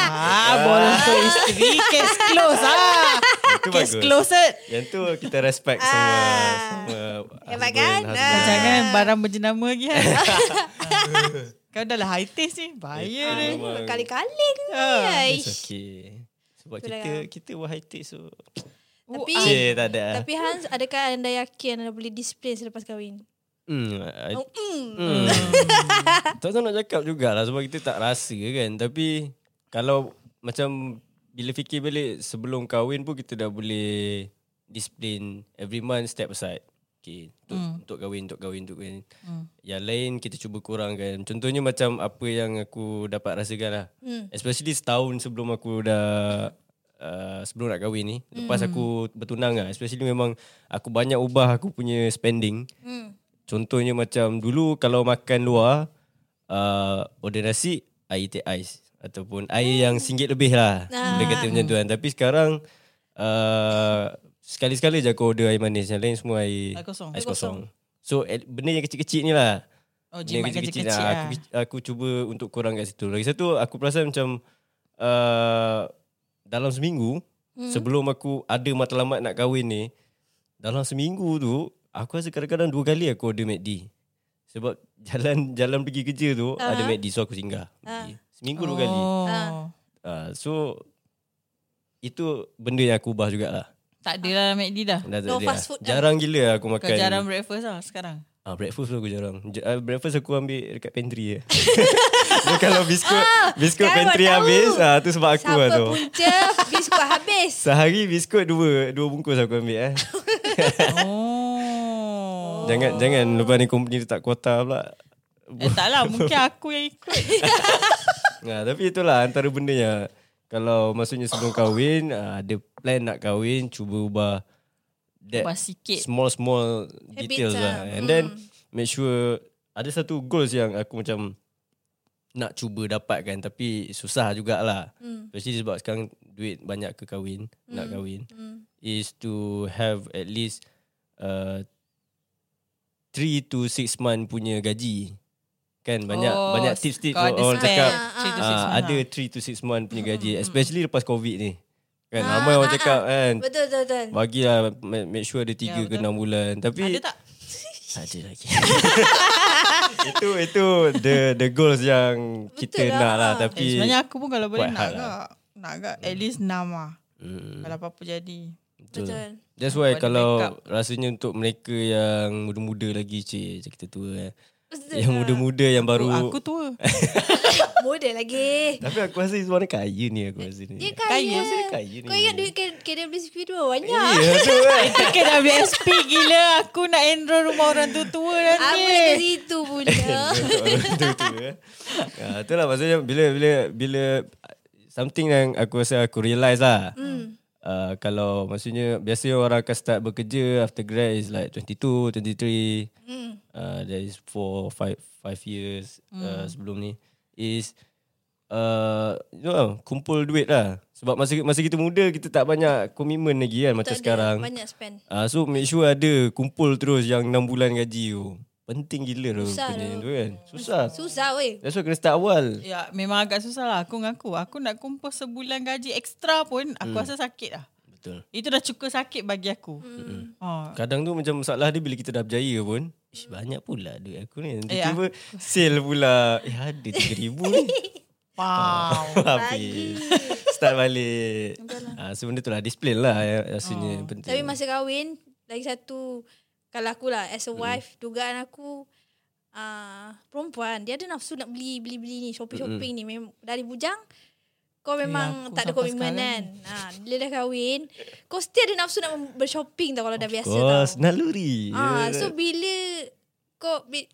Speaker 1: Ah, boros tu isteri. Case close ah.
Speaker 2: Itu
Speaker 1: Case
Speaker 2: bagus
Speaker 1: closed.
Speaker 2: Yang tu kita respect semua
Speaker 3: Ah.
Speaker 2: Semua
Speaker 3: Hebat
Speaker 2: husband,
Speaker 3: kan?
Speaker 2: husband.
Speaker 1: Jangan barang berjenama lagi
Speaker 2: [laughs]
Speaker 1: Hans. Kau dah lah high taste ni. Bahaya
Speaker 2: Ah,
Speaker 1: ni.
Speaker 2: memang.
Speaker 3: Kali-kali ni.
Speaker 1: Ah,
Speaker 2: It's
Speaker 3: Aish.
Speaker 2: okay Sebab
Speaker 3: Itulah
Speaker 2: kita
Speaker 3: yang-
Speaker 2: Kita were high tech so
Speaker 3: Tapi
Speaker 2: Cik tak ada
Speaker 3: tapi Hans, adakah anda yakin anda boleh discipline selepas kahwin?
Speaker 2: Hmm, I-
Speaker 3: Oh, mm.
Speaker 2: Hmm. tak tahu nak cakap jugalah sebab kita tak rasa kan. Tapi kalau macam bila fikir balik sebelum kahwin pun kita dah boleh disiplin every month step aside. Okay, untuk, hmm. untuk kahwin, untuk kahwin, untuk kahwin. Hmm. Yang lain kita cuba kurangkan. Contohnya macam apa yang aku dapat rasakan lah. Hmm. Especially setahun sebelum aku dah uh, sebelum nak kahwin ni. Lepas aku bertunang lah. Especially memang aku banyak ubah aku punya spending.
Speaker 3: Mm.
Speaker 2: Contohnya macam dulu kalau makan luar uh, order nasi air teh ais ataupun air
Speaker 1: Hmm.
Speaker 2: yang singgit lebih lah.
Speaker 1: Ah.
Speaker 2: Dia kata macam tu kan. Tapi sekarang uh, sekali-sekali je aku order air manis. Yang lain semua air
Speaker 1: Air Lah kosong.
Speaker 2: Ais kosong. So at- benda yang kecil-kecil ni lah.
Speaker 1: Oh,
Speaker 2: Benda yang
Speaker 1: jimat kecil-kecil
Speaker 2: lah.
Speaker 1: lah.
Speaker 2: Aku, aku cuba untuk kurang kat situ. Lagi satu aku perasan macam uh, dalam seminggu hmm. sebelum aku ada matlamat nak kahwin ni dalam seminggu tu aku rasa kadang-kadang dua kali aku order McD. Sebab [laughs] jalan jalan pergi kerja tu uh-huh. ada McD so aku singgah.
Speaker 3: Ah.
Speaker 2: Uh. Seminggu dua kali.
Speaker 1: Oh.
Speaker 2: Uh, so itu benda yang aku ubah jugalah.
Speaker 1: Tak ada lah McD dah.
Speaker 2: Dah tak
Speaker 3: No
Speaker 2: ada
Speaker 3: fast
Speaker 2: lah.
Speaker 3: food lah.
Speaker 2: Jarang gila aku makan.
Speaker 1: Kau jarang breakfast lah sekarang.
Speaker 2: Ah, breakfast pun aku jarang. J- ah, breakfast aku ambil dekat
Speaker 3: [laughs]
Speaker 2: pantry je. Dia kalau biskut biskut
Speaker 3: Ah, sekarang
Speaker 2: pantry
Speaker 3: baru tahu.
Speaker 2: habis, ah tu sebab aku
Speaker 3: Siapa
Speaker 2: lah tu.
Speaker 3: punca biskut
Speaker 2: [laughs]
Speaker 3: habis.
Speaker 2: Sehari biskut dua, dua bungkus aku ambil eh.
Speaker 1: [laughs] Oh.
Speaker 2: Jangan jangan lepas ni company tu tak kuota pula.
Speaker 1: Eh tak lah Mungkin [laughs] aku yang ikut
Speaker 2: Nah, Ha, tapi itulah antara benda yang kalau maksudnya sebelum kahwin, ah, ada plan nak kahwin, cuba ubah that
Speaker 1: Ubah sikit Hmm.
Speaker 2: small small details lah. And then make sure ada satu goals yang aku macam nak cuba dapatkan tapi susah jugalah.
Speaker 3: Hmm.
Speaker 2: Mm. Especially sebab sekarang duit banyak ke kahwin, mm. nak
Speaker 1: Hmm.
Speaker 2: kahwin.
Speaker 3: Hmm.
Speaker 2: Mm. Is to have at least uh, 3 to 6 month punya gaji. Kan banyak oh, banyak tips-tips
Speaker 1: kau ada
Speaker 2: orang
Speaker 1: spare
Speaker 2: cakap
Speaker 1: Hmm. three to six
Speaker 2: ah,
Speaker 1: month
Speaker 2: ada 3 to 6 month punya gaji especially lepas covid ni. Kan
Speaker 1: Ah,
Speaker 2: ramai orang cakap kan
Speaker 3: Betul betul betul.
Speaker 2: Bagilah ma- make sure ada 3 ke 6 bulan. Tapi
Speaker 1: Ya, Ada tak?
Speaker 2: [laughs]
Speaker 1: Eh,
Speaker 2: Ada lagi. [laughs] itu itu the the goals yang kita
Speaker 3: Betul lah.
Speaker 2: nak lah
Speaker 1: Eh,
Speaker 2: tapi
Speaker 1: sebenarnya aku pun kalau boleh
Speaker 2: buat
Speaker 1: nak
Speaker 2: hal lah.
Speaker 1: agak Nak agak at least 6 lah
Speaker 2: Hmm,
Speaker 1: Kalau apa-apa jadi
Speaker 2: betul.
Speaker 3: Betul.
Speaker 2: That's why
Speaker 1: Ada
Speaker 2: kalau
Speaker 1: backup.
Speaker 2: rasanya untuk mereka yang muda-muda lagi cik, kita tua eh.
Speaker 3: Betul
Speaker 2: Yang
Speaker 3: lah.
Speaker 2: muda-muda yang baru
Speaker 1: oh, Aku tua
Speaker 3: Model lagi.
Speaker 2: Tapi aku rasa Izwan kaya ni aku rasa ni. Ya.
Speaker 3: Dia kaya.
Speaker 2: Aku rasa dia kaya ni.
Speaker 3: Kau ingat duit K- KWSP tu berapa banyak?
Speaker 2: Ya tu kan.
Speaker 1: Dekat WSP gila Aku nak enroll rumah orang tu tua dah
Speaker 3: Aku dekat
Speaker 1: ni
Speaker 3: situ punya.
Speaker 2: Betul betul [laughs] eh. Ah, itulah maksudnya bila bila bila something yang aku rasa aku realise lah.
Speaker 3: Hmm.
Speaker 2: Mm. Uh, kalau maksudnya biasanya orang akan start bekerja after grad is like 22, 23.
Speaker 3: Hmm.
Speaker 2: Mm. Uh, that is 4 5 5 years mm.
Speaker 3: Hmm.
Speaker 2: uh, sebelum ni is uh, you know, lah, kumpul duit lah. Sebab masa masa kita muda kita tak banyak komitmen lagi kan macam
Speaker 3: Tak ada
Speaker 2: [laughs] sekarang.
Speaker 3: Banyak spend.
Speaker 2: Ah uh, so make sure ada kumpul terus yang 6 bulan gaji tu. Penting gila tu punya tu kan. Susah.
Speaker 3: Susah weh.
Speaker 2: That's why kena start awal.
Speaker 1: Ya memang agak susah lah Aku ngaku Aku nak kumpul sebulan gaji ekstra pun Aku rasa sakit lah
Speaker 2: Betul.
Speaker 1: Itu dah cukup sakit bagi aku hmm. oh.
Speaker 2: Kadang tu macam masalah dia bila kita dah berjaya pun. Ish, banyak pula duit aku ni. Nanti
Speaker 3: Ya.
Speaker 2: tiba sale pula. Eh ada 3000
Speaker 3: [laughs]
Speaker 2: ni.
Speaker 1: Wow
Speaker 2: Habis. Start balik. Ah so benda tu lah display lah yang rasanya penting.
Speaker 3: Oh, Tapi masa kahwin, lagi satu, kalau aku lah,
Speaker 1: Hmm.
Speaker 3: as a wife, dugaan aku, uh, perempuan, dia ada nafsu nak beli, beli-beli ni, shopping-shopping ni. Mem- dari bujang, kau
Speaker 1: Hmm. Ya,
Speaker 3: memang
Speaker 1: aku
Speaker 3: tak ada
Speaker 1: sampai
Speaker 3: komitmen
Speaker 1: sekarang
Speaker 3: kan. Ha, bila dah kahwin, kau still ada nafsu nak mem- bershopping tau kalau dah biasa
Speaker 2: Kos
Speaker 1: ya.
Speaker 3: tau.
Speaker 2: naluri.
Speaker 3: Ah,
Speaker 2: Ya.
Speaker 3: so bila kau bi-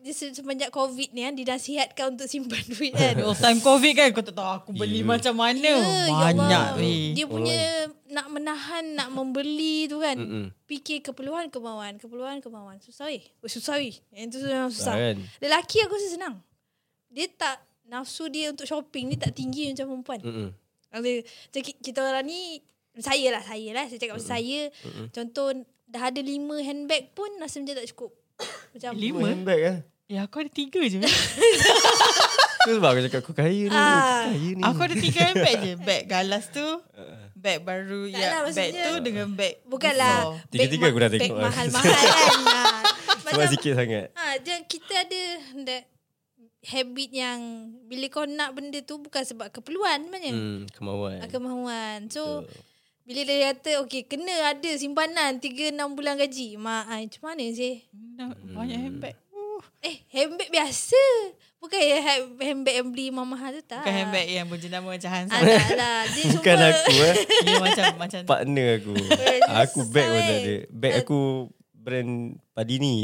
Speaker 3: dia se- semenjak COVID ni kan dinasihatkan untuk simpan [laughs] duit kan.
Speaker 1: Oh, time COVID kan kau tak tahu aku beli
Speaker 2: Ya.
Speaker 1: macam mana.
Speaker 3: Ya, ya
Speaker 1: Banyak
Speaker 3: Allah.
Speaker 1: weh.
Speaker 3: Dia punya nak menahan, nak membeli tu kan.
Speaker 2: Mm-mm.
Speaker 3: Fikir keperluan kemauan, keperluan kemauan. Susah weh. Oh, susah weh. Yang tu memang susah.
Speaker 2: Susah kan?
Speaker 3: Lelaki aku rasa senang. Dia tak nafsu dia untuk shopping ni tak tinggi macam perempuan.
Speaker 2: Mm-mm.
Speaker 3: Ada macam ki- kita orang ni saya lah saya lah saya cakap pasal saya contoh dah ada lima handbag pun rasa macam tak cukup. macam
Speaker 1: Lima?
Speaker 2: handbag lah.
Speaker 1: Ya, aku ada tiga je.
Speaker 2: Tu sebab aku cakap aku kaya ni.
Speaker 3: Ah.
Speaker 2: Aku kaya ni.
Speaker 1: aku ada tiga handbag je. Bag galas tu, bag baru
Speaker 3: Tak
Speaker 1: ya,
Speaker 3: lah,
Speaker 1: bag
Speaker 3: maksudnya-
Speaker 1: tu dengan bag
Speaker 3: bukanlah
Speaker 1: besar.
Speaker 3: beg
Speaker 2: Tiga-tiga
Speaker 3: ma-
Speaker 2: aku dah
Speaker 3: beg
Speaker 2: tengok lah.
Speaker 3: mahal-mahal
Speaker 2: [laughs]
Speaker 3: kan. ha.
Speaker 2: Sebab
Speaker 3: Macam
Speaker 2: sikit sangat.
Speaker 3: ha, dia, kita ada that habit yang bila kau nak benda tu bukan sebab keperluan sebenarnya.
Speaker 2: Hmm, kemauan.
Speaker 3: Hmm. Kemahuan. So
Speaker 2: Betul.
Speaker 3: bila dia kata okey kena ada simpanan 3 6 bulan gaji. Mak ah, macam mana sih?
Speaker 1: Nah, Banyak handbag. Uh,
Speaker 3: Eh, handbag biasa. Bukan yang ha- handbag yang beli mama mahal tu tak.
Speaker 1: Bukan handbag yang berjenama macam
Speaker 3: Ah,
Speaker 1: Hansa.
Speaker 3: tak lah.
Speaker 2: [laughs]
Speaker 3: Dia
Speaker 2: Bukan
Speaker 3: cuma
Speaker 2: aku eh.
Speaker 1: Dia macam macam
Speaker 2: Partner aku. aku bag pun tak ada. Bag aku brand Padini.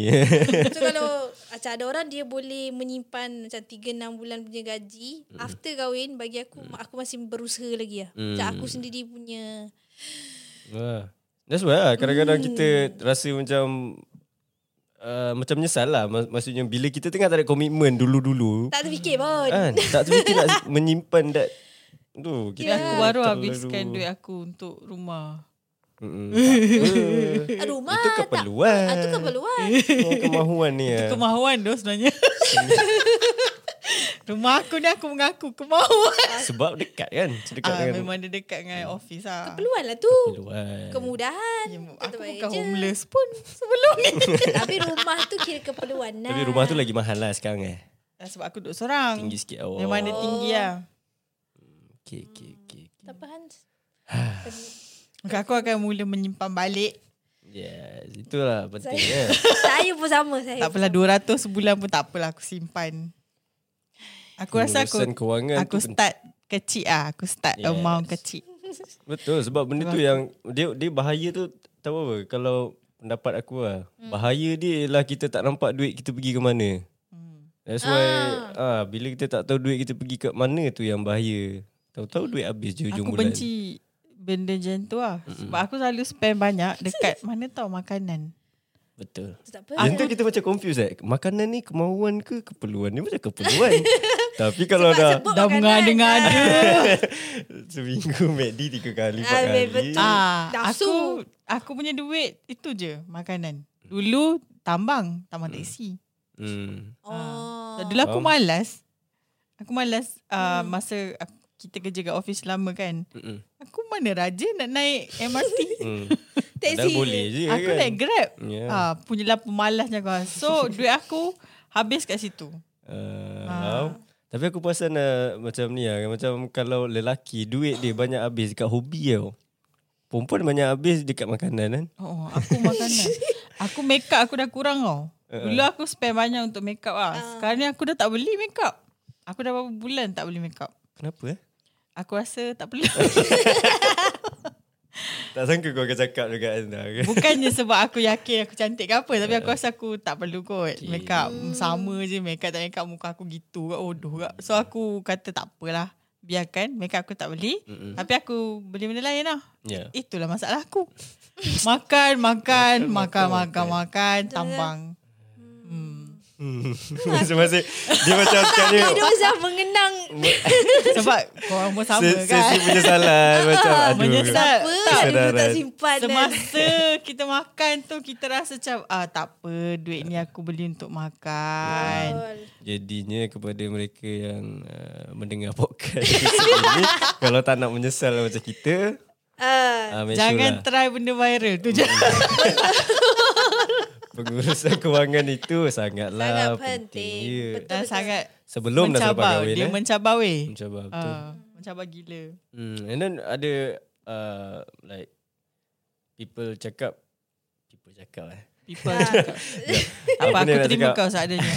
Speaker 3: So kalau macam ada orang dia boleh menyimpan macam 3-6 bulan punya gaji. After kahwin bagi aku, aku masih berusaha lagi lah. Macam
Speaker 2: Hmm.
Speaker 3: aku sendiri punya.
Speaker 2: Wah. That's why lah. Kadang-kadang kita rasa macam uh, macam menyesal lah. Mak- Maksudnya bila kita tengah tak ada komitmen dulu-dulu.
Speaker 3: Tak terfikir pun.
Speaker 2: Kan? Tak terfikir nak menyimpan dat tu.
Speaker 1: Tapi aku
Speaker 3: Ya.
Speaker 1: baru habiskan duit aku untuk rumah.
Speaker 2: Mm-mm, tak apa.
Speaker 3: Rumah
Speaker 2: Itu
Speaker 3: tak-
Speaker 2: keperluan. Eh.
Speaker 3: Ah, tu keperluan.
Speaker 2: Semua kemahuan ni.
Speaker 1: Itu
Speaker 2: ah.
Speaker 1: kemahuan tu
Speaker 2: [laughs]
Speaker 1: sebenarnya. rumah aku ni aku mengaku kemahuan.
Speaker 2: Sebab dekat kan. Dekat
Speaker 1: Ah,
Speaker 2: dengan Hmm.
Speaker 1: memang dia dekat dengan office lah.
Speaker 3: Keperluan lah tu.
Speaker 2: keluar.
Speaker 3: Kemudahan.
Speaker 1: Ya,
Speaker 3: Tak
Speaker 1: aku
Speaker 3: terbaik
Speaker 1: bukan
Speaker 3: je.
Speaker 1: homeless pun sebelum ni.
Speaker 3: [laughs] Tapi rumah tu kira keperluan lah.
Speaker 2: Tapi rumah tu lagi mahal lah sekarang eh.
Speaker 1: Ah, Sebab aku duduk seorang.
Speaker 2: Tinggi sikit awal.
Speaker 1: Memang dia tinggi
Speaker 3: Oh.
Speaker 1: lah.
Speaker 2: Okay, okay, okay. okay.
Speaker 3: Tak apa Hans.
Speaker 1: Okay, aku akan mula menyimpan balik.
Speaker 2: Yes, itulah penting kan.
Speaker 3: saya pun sama. Saya
Speaker 1: Tak apalah 200 sebulan pun tak apalah aku simpan. [laughs] Aku rasa aku
Speaker 2: Urusan kewangan
Speaker 1: aku
Speaker 2: tu penting.
Speaker 1: start kecil ah. Aku start
Speaker 2: Yes.
Speaker 1: amount kecil.
Speaker 2: Betul sebab benda tu yang dia dia bahaya tu tahu apa kalau pendapat aku lah. Hmm. Bahaya dia ialah kita tak nampak duit kita pergi ke mana.
Speaker 1: Hmm.
Speaker 2: That's why ah. bila kita tak tahu duit kita pergi ke mana tu yang bahaya. Tahu-tahu duit habis je hujung
Speaker 1: Aku
Speaker 2: bulan.
Speaker 1: benci benda macam tu lah. Sebab aku selalu spend banyak
Speaker 3: [laughs]
Speaker 1: dekat mana tau makanan.
Speaker 2: Betul.
Speaker 3: Tak apa.
Speaker 2: Yang tu kita macam confused eh. Makanan ni kemauan ke keperluan? Ni macam
Speaker 1: [laughs]
Speaker 2: keperluan. Tapi kalau dah
Speaker 3: sebut
Speaker 1: Dah Ah.
Speaker 3: makanan.
Speaker 1: mengada-ngada.
Speaker 2: seminggu [laughs] McD tiga kali, empat
Speaker 3: [laughs] Ah,
Speaker 2: kali.
Speaker 3: betul.
Speaker 1: Ah,
Speaker 3: Nafsu.
Speaker 1: aku aku punya duit itu je makanan. Dulu tambang, tambang teksi.
Speaker 2: Hmm.
Speaker 3: Oh.
Speaker 1: Dulu aku
Speaker 2: Mm. Faham.
Speaker 1: malas. Aku malas uh,
Speaker 3: Hmm.
Speaker 1: masa aku- kita kerja kat office lama kan.
Speaker 2: Mm-mm.
Speaker 1: Aku mana rajin nak naik
Speaker 2: [laughs]
Speaker 1: MRT. [laughs]
Speaker 2: Hmm. Dah
Speaker 3: Teksi.
Speaker 2: boleh je
Speaker 1: aku
Speaker 2: kan.
Speaker 1: naik Grab.
Speaker 2: Yeah.
Speaker 1: Ah, punyalah pemalasnya kau. So duit aku habis kat situ. Ah.
Speaker 2: Uh, Tapi aku perasan uh, macam ni lah. Macam kalau lelaki duit dia banyak habis dekat hobi tau. Perempuan banyak habis dekat makanan kan.
Speaker 1: Oh, aku makanan. aku make up aku dah kurang tau. Dulu aku spend banyak untuk make up lah. Sekarang ni aku dah tak beli make up. Aku dah berapa bulan tak beli make up.
Speaker 2: Kenapa eh?
Speaker 1: Aku rasa tak perlu. [laughs]
Speaker 2: Tak sangka kau akan cakap dekat anda kan.
Speaker 1: Bukannya sebab aku yakin aku cantik ke apa. Tapi aku rasa aku tak perlu kot Eh. okay. make up. Sama je make up tak make up muka aku gitu kat. Odoh kat. So aku kata tak apalah. Biarkan make up aku tak beli.
Speaker 2: Mm-mm.
Speaker 1: Tapi aku beli benda lain lah.
Speaker 2: Ya.
Speaker 1: Itulah masalah aku. [laughs] Makan, makan, makan, makan, makan, tambang.
Speaker 2: [laughs] Macam masih dia macam sekarang ni
Speaker 3: Dia macam mengenang
Speaker 1: Sebab korang pun sama
Speaker 2: se-
Speaker 1: kan.
Speaker 2: sesi penyesalan
Speaker 1: [laughs]
Speaker 2: macam aduh.
Speaker 1: Menyesal. Tak.
Speaker 3: apa tak, dulu tak
Speaker 2: Kesedaran.
Speaker 3: simpan kan.
Speaker 1: Semasa kita makan tu kita rasa macam ah tak apa duit ni aku beli untuk
Speaker 2: Ya.
Speaker 1: makan.
Speaker 3: Betul.
Speaker 2: Jadinya kepada mereka yang uh, mendengar podcast ini kalau tak nak menyesal macam kita
Speaker 3: Ah,
Speaker 2: uh, make sure
Speaker 1: Jangan
Speaker 2: lah. Mm.
Speaker 1: try benda viral tu je.
Speaker 2: Pengurusan kewangan itu sangatlah
Speaker 3: Sangat
Speaker 2: penting. penting.
Speaker 3: penting.
Speaker 2: Ya.
Speaker 3: Betul.
Speaker 1: Dan sangat
Speaker 2: Sebelum dah sampai
Speaker 1: mencabar.
Speaker 2: kahwin
Speaker 1: Dia
Speaker 2: eh.
Speaker 1: mencabar weh.
Speaker 2: mencabar betul. Uh.
Speaker 1: Ah, mencabar gila.
Speaker 2: Hmm. And then ada uh, like people cakap people cakap eh.
Speaker 1: People cakap. Tak apa
Speaker 2: Apa ni
Speaker 1: aku
Speaker 2: nak
Speaker 1: terima
Speaker 2: cakap?
Speaker 1: kau seadanya.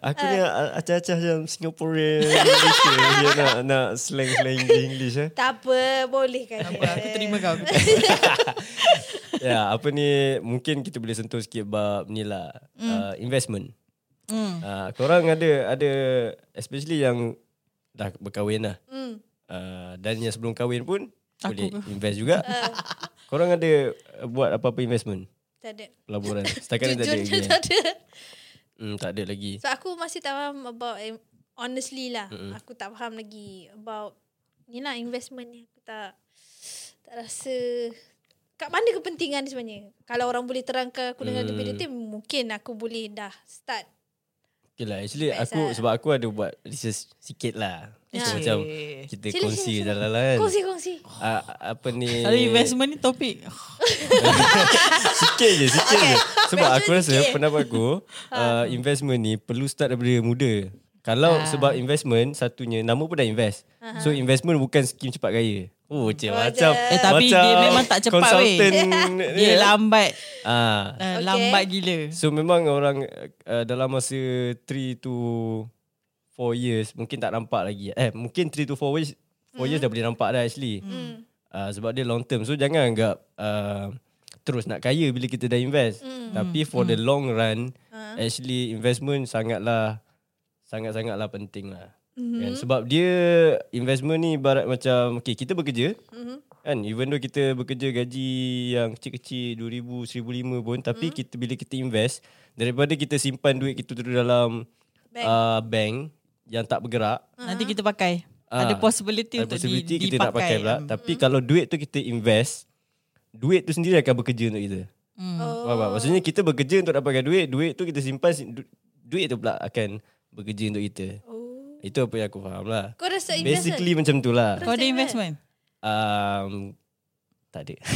Speaker 2: Aku ni a- acah-acah macam Singaporean Malaysia Dia nak, nak slang-slang English eh.
Speaker 3: [laughs] Tak apa, boleh kan.
Speaker 1: Tak apa, aku terima kau.
Speaker 2: Ya, apa ni mungkin kita boleh sentuh sikit bab ni lah mm. uh, investment.
Speaker 1: Mm.
Speaker 2: Uh, korang ada ada especially yang dah berkahwin lah.
Speaker 3: [laughs] Hmm.
Speaker 2: Uh, dan yang sebelum kahwin pun
Speaker 1: Aku
Speaker 2: boleh
Speaker 1: ke?
Speaker 2: invest juga. korang ada uh, buat apa-apa investment?
Speaker 3: Tak ada.
Speaker 2: Pelaburan. Setakat ni tak ada.
Speaker 3: Jujurnya
Speaker 2: lagi, eh?
Speaker 3: tak ada.
Speaker 2: Hmm, tak ada lagi.
Speaker 3: So aku masih tak faham about eh, honestly lah. Mm-hmm. Aku tak faham lagi about ni lah investment ni. Aku tak tak rasa kat mana kepentingan ni sebenarnya. Kalau orang boleh terangkan aku dengan
Speaker 2: Hmm.
Speaker 3: lebih detail mungkin aku boleh dah start.
Speaker 2: Okay lah, actually
Speaker 3: Best
Speaker 2: aku
Speaker 3: lah.
Speaker 2: sebab aku ada buat research sikit lah. So,
Speaker 1: Cik.
Speaker 2: macam kita
Speaker 3: Sila,
Speaker 2: kongsi
Speaker 3: sila, sila.
Speaker 2: jalan lah kan.
Speaker 3: Kongsi kongsi.
Speaker 2: Ah, apa ni?
Speaker 1: Kalau investment ni topik
Speaker 2: Sikit je, sikit okay. je. Sebab
Speaker 3: Investment
Speaker 2: aku rasa
Speaker 3: sikit.
Speaker 2: pendapat aku,
Speaker 1: Ha.
Speaker 2: uh, investment ni perlu start daripada muda. Kalau
Speaker 1: Ah.
Speaker 2: sebab investment, satunya nama pun dah invest. So investment bukan skim cepat kaya. Oh, cik, macam
Speaker 3: je.
Speaker 1: Ha. Eh, tapi dia
Speaker 2: macam
Speaker 1: memang tak cepat, weh.
Speaker 2: Consultant
Speaker 1: [laughs]
Speaker 2: ni.
Speaker 1: Dia lambat
Speaker 2: Ah.
Speaker 1: uh,
Speaker 3: Okay.
Speaker 1: Lambat gila
Speaker 2: So memang orang uh, dalam masa 3 to 4 years mungkin tak nampak lagi. Eh mungkin 3 to 4 years 4 years dah boleh nampak dah actually. Mm. Uh, sebab dia long term. So jangan anggap uh, terus nak kaya bila kita dah invest. Mm. Tapi for mm. the long run uh. actually investment sangatlah sangat-sangatlah penting lah. Mm-hmm. Kan? Sebab dia investment ni ibarat macam okay, kita bekerja mm-hmm. kan even though kita bekerja gaji yang kecil-kecil 2000 1005 pun tapi
Speaker 1: Hmm.
Speaker 2: mm-hmm. kita bila kita invest daripada kita simpan duit kita tu dalam bank,
Speaker 3: Bank.
Speaker 2: uh, bank yang tak bergerak
Speaker 1: Nanti kita pakai
Speaker 2: Ah,
Speaker 1: Ada possibility
Speaker 2: ada
Speaker 1: untuk
Speaker 2: possibility
Speaker 1: di,
Speaker 2: kita
Speaker 1: dipakai ya. Hmm.
Speaker 2: nak pakai pula mm-hmm. tapi kalau duit tu kita invest duit tu sendiri akan bekerja untuk kita.
Speaker 1: Hmm.
Speaker 2: Oh. Faham tak? Maksudnya kita bekerja untuk dapatkan duit, duit tu kita simpan du- duit tu pula akan bekerja untuk kita.
Speaker 3: Oh.
Speaker 2: Itu apa yang aku faham lah.
Speaker 3: Kau rasa investment?
Speaker 2: Basically macam tu lah.
Speaker 1: Kau ada investment?
Speaker 2: Um, tak ada. [laughs]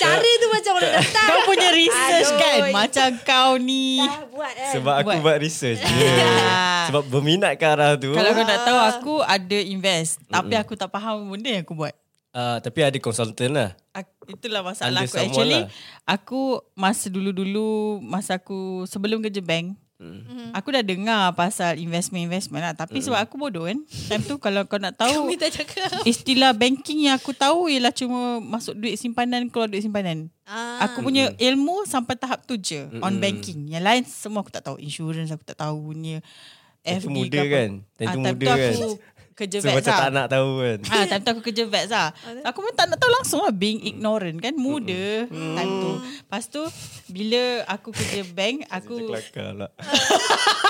Speaker 3: Cara tu macam orang datang.
Speaker 2: [laughs]
Speaker 1: Kau punya research
Speaker 3: Aduh,
Speaker 1: kan
Speaker 3: itu-
Speaker 1: Macam kau
Speaker 3: [laughs]
Speaker 1: ni
Speaker 3: Dah buat kan.
Speaker 2: Sebab aku
Speaker 1: Buat.
Speaker 2: buat research
Speaker 1: [laughs]
Speaker 2: je.
Speaker 1: Ah.
Speaker 2: Sebab berminat ke arah tu.
Speaker 1: Kalau kau nak
Speaker 3: Ah.
Speaker 1: tahu Aku ada invest Tapi aku tak faham Benda yang aku buat
Speaker 2: Uh, tapi ada consultant lah.
Speaker 1: Aku, itulah
Speaker 2: Under
Speaker 1: masalah aku
Speaker 2: someone
Speaker 1: actually
Speaker 2: lah.
Speaker 1: aku masa dulu-dulu masa aku sebelum kerja bank
Speaker 2: Hmm.
Speaker 1: mm. aku dah dengar pasal investment-investment lah tapi mm. sebab aku bodoh kan time tu kalau kau nak tahu
Speaker 3: Kami tak cakap.
Speaker 1: istilah banking yang aku tahu ialah cuma masuk duit simpanan keluar duit simpanan
Speaker 3: Ah.
Speaker 1: Aku
Speaker 2: Hmm.
Speaker 1: punya ilmu sampai tahap tu je mm on banking. Yang lain semua aku tak tahu. Insurance aku tak tahu ni.
Speaker 2: Time tu
Speaker 1: FD
Speaker 2: muda
Speaker 1: ke apa.
Speaker 2: kan? Time tu
Speaker 1: Ah,
Speaker 2: muda
Speaker 1: tu
Speaker 2: kan?
Speaker 1: aku kerja
Speaker 2: So
Speaker 1: vet
Speaker 2: macam
Speaker 1: lah.
Speaker 2: tak nak tahu kan.
Speaker 1: Ah, time tu aku kerja vets lah. Aku pun tak nak tahu langsung lah being ignorant kan muda time tu. Lepas tu bila aku kerja bank
Speaker 2: Macam
Speaker 1: aku
Speaker 2: kelakar lah. [laughs]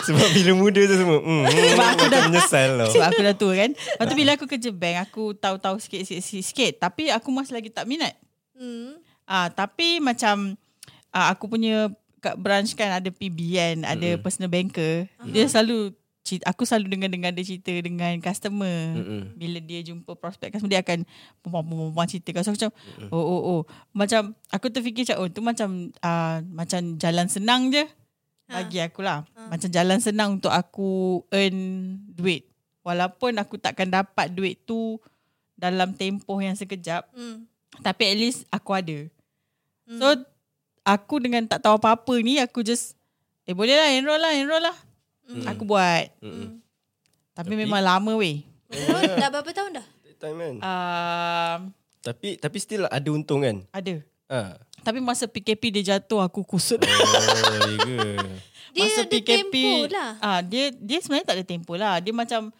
Speaker 2: Sebab bila muda tu semua. Mm,
Speaker 1: Sebab aku
Speaker 2: macam
Speaker 1: dah-
Speaker 2: menyesal lah.
Speaker 1: [laughs] sebab aku dah tua kan. Lepas tu bila aku kerja bank aku tahu-tahu sikit-sikit sikit tapi aku masih lagi tak minat.
Speaker 3: Hmm.
Speaker 1: Ah tapi macam ah, aku punya kat branch kan ada PBN, ada personal banker. Dia selalu cerita, aku selalu dengar-dengar dia cerita dengan customer.
Speaker 2: Mm-mm.
Speaker 1: Bila dia jumpa prospek customer dia akan perempuan-perempuan cerita kan. So aku macam oh oh oh. Macam aku terfikir macam oh tu macam ah, macam jalan senang je. Bagi aku lah. Macam jalan senang untuk aku earn duit. Walaupun aku takkan dapat duit tu dalam tempoh yang sekejap.
Speaker 3: Hmm.
Speaker 1: Tapi at least aku ada. Hmm. So aku dengan tak tahu apa-apa ni aku just eh boleh lah enroll lah enroll lah. Hmm. Aku buat.
Speaker 2: Mm-mm.
Speaker 1: Hmm. Tapi, Tapi memang lama weh.
Speaker 2: Eh.
Speaker 3: Oh, dah berapa tahun dah?
Speaker 2: Time kan.
Speaker 1: Um,
Speaker 2: Tapi tapi still ada untung kan.
Speaker 1: ada.
Speaker 2: Ha.
Speaker 1: Tapi masa PKP dia jatuh aku kusut.
Speaker 2: Oh, ya ke?
Speaker 3: Dia ada tempoh lah.
Speaker 1: Ah dia dia sebenarnya tak ada tempo lah. Dia macam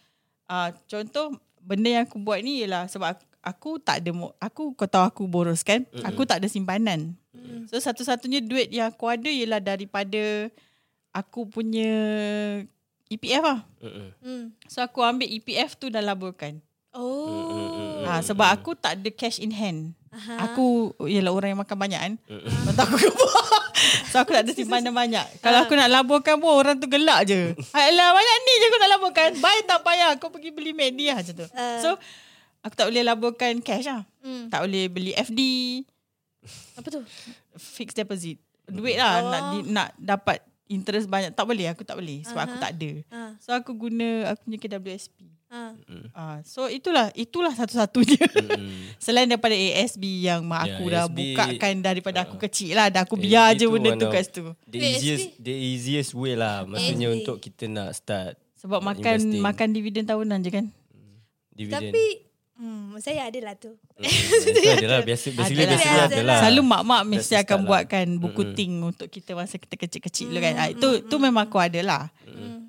Speaker 1: ah contoh benda yang aku buat ni ialah sebab aku, aku tak ada mo- aku kau tahu aku boros kan? Mm-hmm. Aku tak ada simpanan. Mm-hmm. So satu-satunya duit yang aku ada ialah daripada aku punya EPF lah.
Speaker 2: Mm-mm.
Speaker 3: Hmm.
Speaker 1: So aku ambil EPF tu dah laburkan.
Speaker 3: Oh.
Speaker 1: Ha, sebab aku tak ada cash in hand.
Speaker 3: Aha. Hmm.
Speaker 1: Aku ialah orang yang makan banyak kan. Lepas tu aku [laughs] keluar. So aku tak ada simpanan banyak. Kalau
Speaker 3: Ah.
Speaker 1: aku nak laburkan pun orang tu gelak je. Alah banyak ni je aku nak laburkan. Baik tak payah. Kau pergi beli media macam tu. So aku tak boleh laburkan cash lah.
Speaker 3: Ah. Hmm.
Speaker 1: Tak boleh beli FD.
Speaker 3: Apa tu?
Speaker 1: Fixed deposit. Duit lah nak,
Speaker 3: Oh.
Speaker 1: di, nak dapat interest banyak. Tak boleh. Aku tak boleh. Sebab aku tak ada.
Speaker 3: Ha.
Speaker 1: So aku guna aku punya KWSP.
Speaker 3: Ha.
Speaker 1: Ah, so itulah itulah satu-satunya.
Speaker 3: Hmm.
Speaker 2: Hmm.
Speaker 1: Selain daripada ASB yang mak
Speaker 2: Ya,
Speaker 1: aku dah
Speaker 2: ASB
Speaker 1: bukakan daripada aku kecil lah, dah aku biar
Speaker 2: ASB
Speaker 1: je
Speaker 2: uh,
Speaker 1: benda
Speaker 2: eh, one
Speaker 1: tu
Speaker 2: of
Speaker 1: kat situ.
Speaker 2: The
Speaker 3: Wait,
Speaker 2: easiest the easiest way lah maksudnya
Speaker 3: ASB.
Speaker 2: untuk kita nak start
Speaker 1: Sebab makan
Speaker 2: investing.
Speaker 1: makan dividen tahunan je kan.
Speaker 2: dividend.
Speaker 3: Tapi Hmm, saya adalah tu.
Speaker 1: [laughs]
Speaker 2: Biasa adalah biasa basically
Speaker 1: Adalah.
Speaker 2: basically adalah.
Speaker 1: lah. Selalu mak-mak mesti
Speaker 2: That's the
Speaker 1: akan
Speaker 2: start lah.
Speaker 1: buatkan buku ting untuk kita masa kita kecil-kecil dulu kan. Ah, Itu tu memang aku ada lah.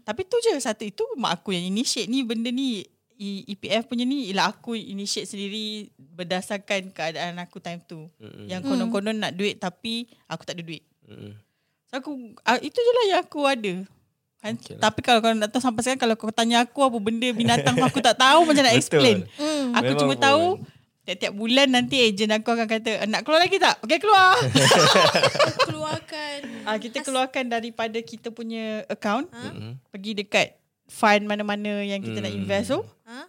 Speaker 1: Tapi tu je satu itu mak aku yang initiate ni benda ni E- EPF punya ni ialah aku initiate sendiri berdasarkan keadaan aku time tu. Yang konon-konon nak duit tapi aku tak ada duit.
Speaker 2: Mm-mm.
Speaker 1: So aku ah, itu je lah yang aku ada. Han,
Speaker 2: Okay lah.
Speaker 1: okay lah. Tapi kalau kau nak tahu sampai sekarang kalau kau tanya aku apa benda binatang pun aku tak tahu macam
Speaker 2: [laughs]
Speaker 1: nak
Speaker 2: Betul.
Speaker 1: explain.
Speaker 3: Hmm.
Speaker 1: Aku
Speaker 2: Memang
Speaker 1: cuma
Speaker 2: pun.
Speaker 1: tahu tiap-tiap bulan nanti ejen aku akan kata "Eh, nak keluar lagi tak? Okay keluar.
Speaker 3: Keluarkan.
Speaker 1: [laughs] ah kita keluarkan daripada kita punya account
Speaker 3: Ha?
Speaker 2: Mm-mm.
Speaker 1: pergi dekat fund mana-mana yang kita nak
Speaker 2: Hmm.
Speaker 1: invest tu.
Speaker 3: Ha?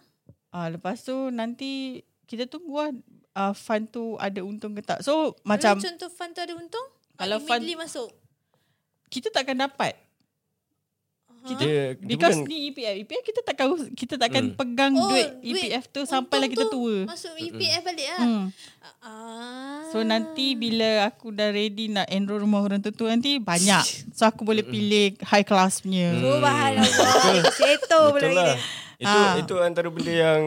Speaker 1: Ah lepas tu nanti kita tunggu lah ah, fund tu ada untung ke tak. So macam
Speaker 3: Dulu contoh fund tu ada untung?
Speaker 1: Kalau
Speaker 3: Kalau
Speaker 1: fund-
Speaker 3: fund masuk.
Speaker 1: kita takkan dapat
Speaker 2: Dia, dia
Speaker 1: because
Speaker 2: bukan,
Speaker 1: ni E EPF EPF kita takkan kita
Speaker 2: Hmm.
Speaker 1: takkan pegang
Speaker 3: Oh,
Speaker 1: duit
Speaker 3: duit
Speaker 1: EPF tu sampailah
Speaker 3: Untung
Speaker 1: kita
Speaker 3: tu
Speaker 1: tua.
Speaker 3: Masuk EPF balik lah.
Speaker 1: Hmm.
Speaker 3: Ah.
Speaker 1: So nanti bila aku dah ready nak enroll rumah orang tua
Speaker 2: [laughs]
Speaker 1: nanti banyak. So aku boleh
Speaker 2: Hmm.
Speaker 1: pilih high class punya. Hmm. [laughs]
Speaker 3: Oh, Subhanallah. Seto pula
Speaker 2: betul lah.
Speaker 3: dia.
Speaker 2: Itu
Speaker 1: Oh, Ah.
Speaker 2: itu antara benda yang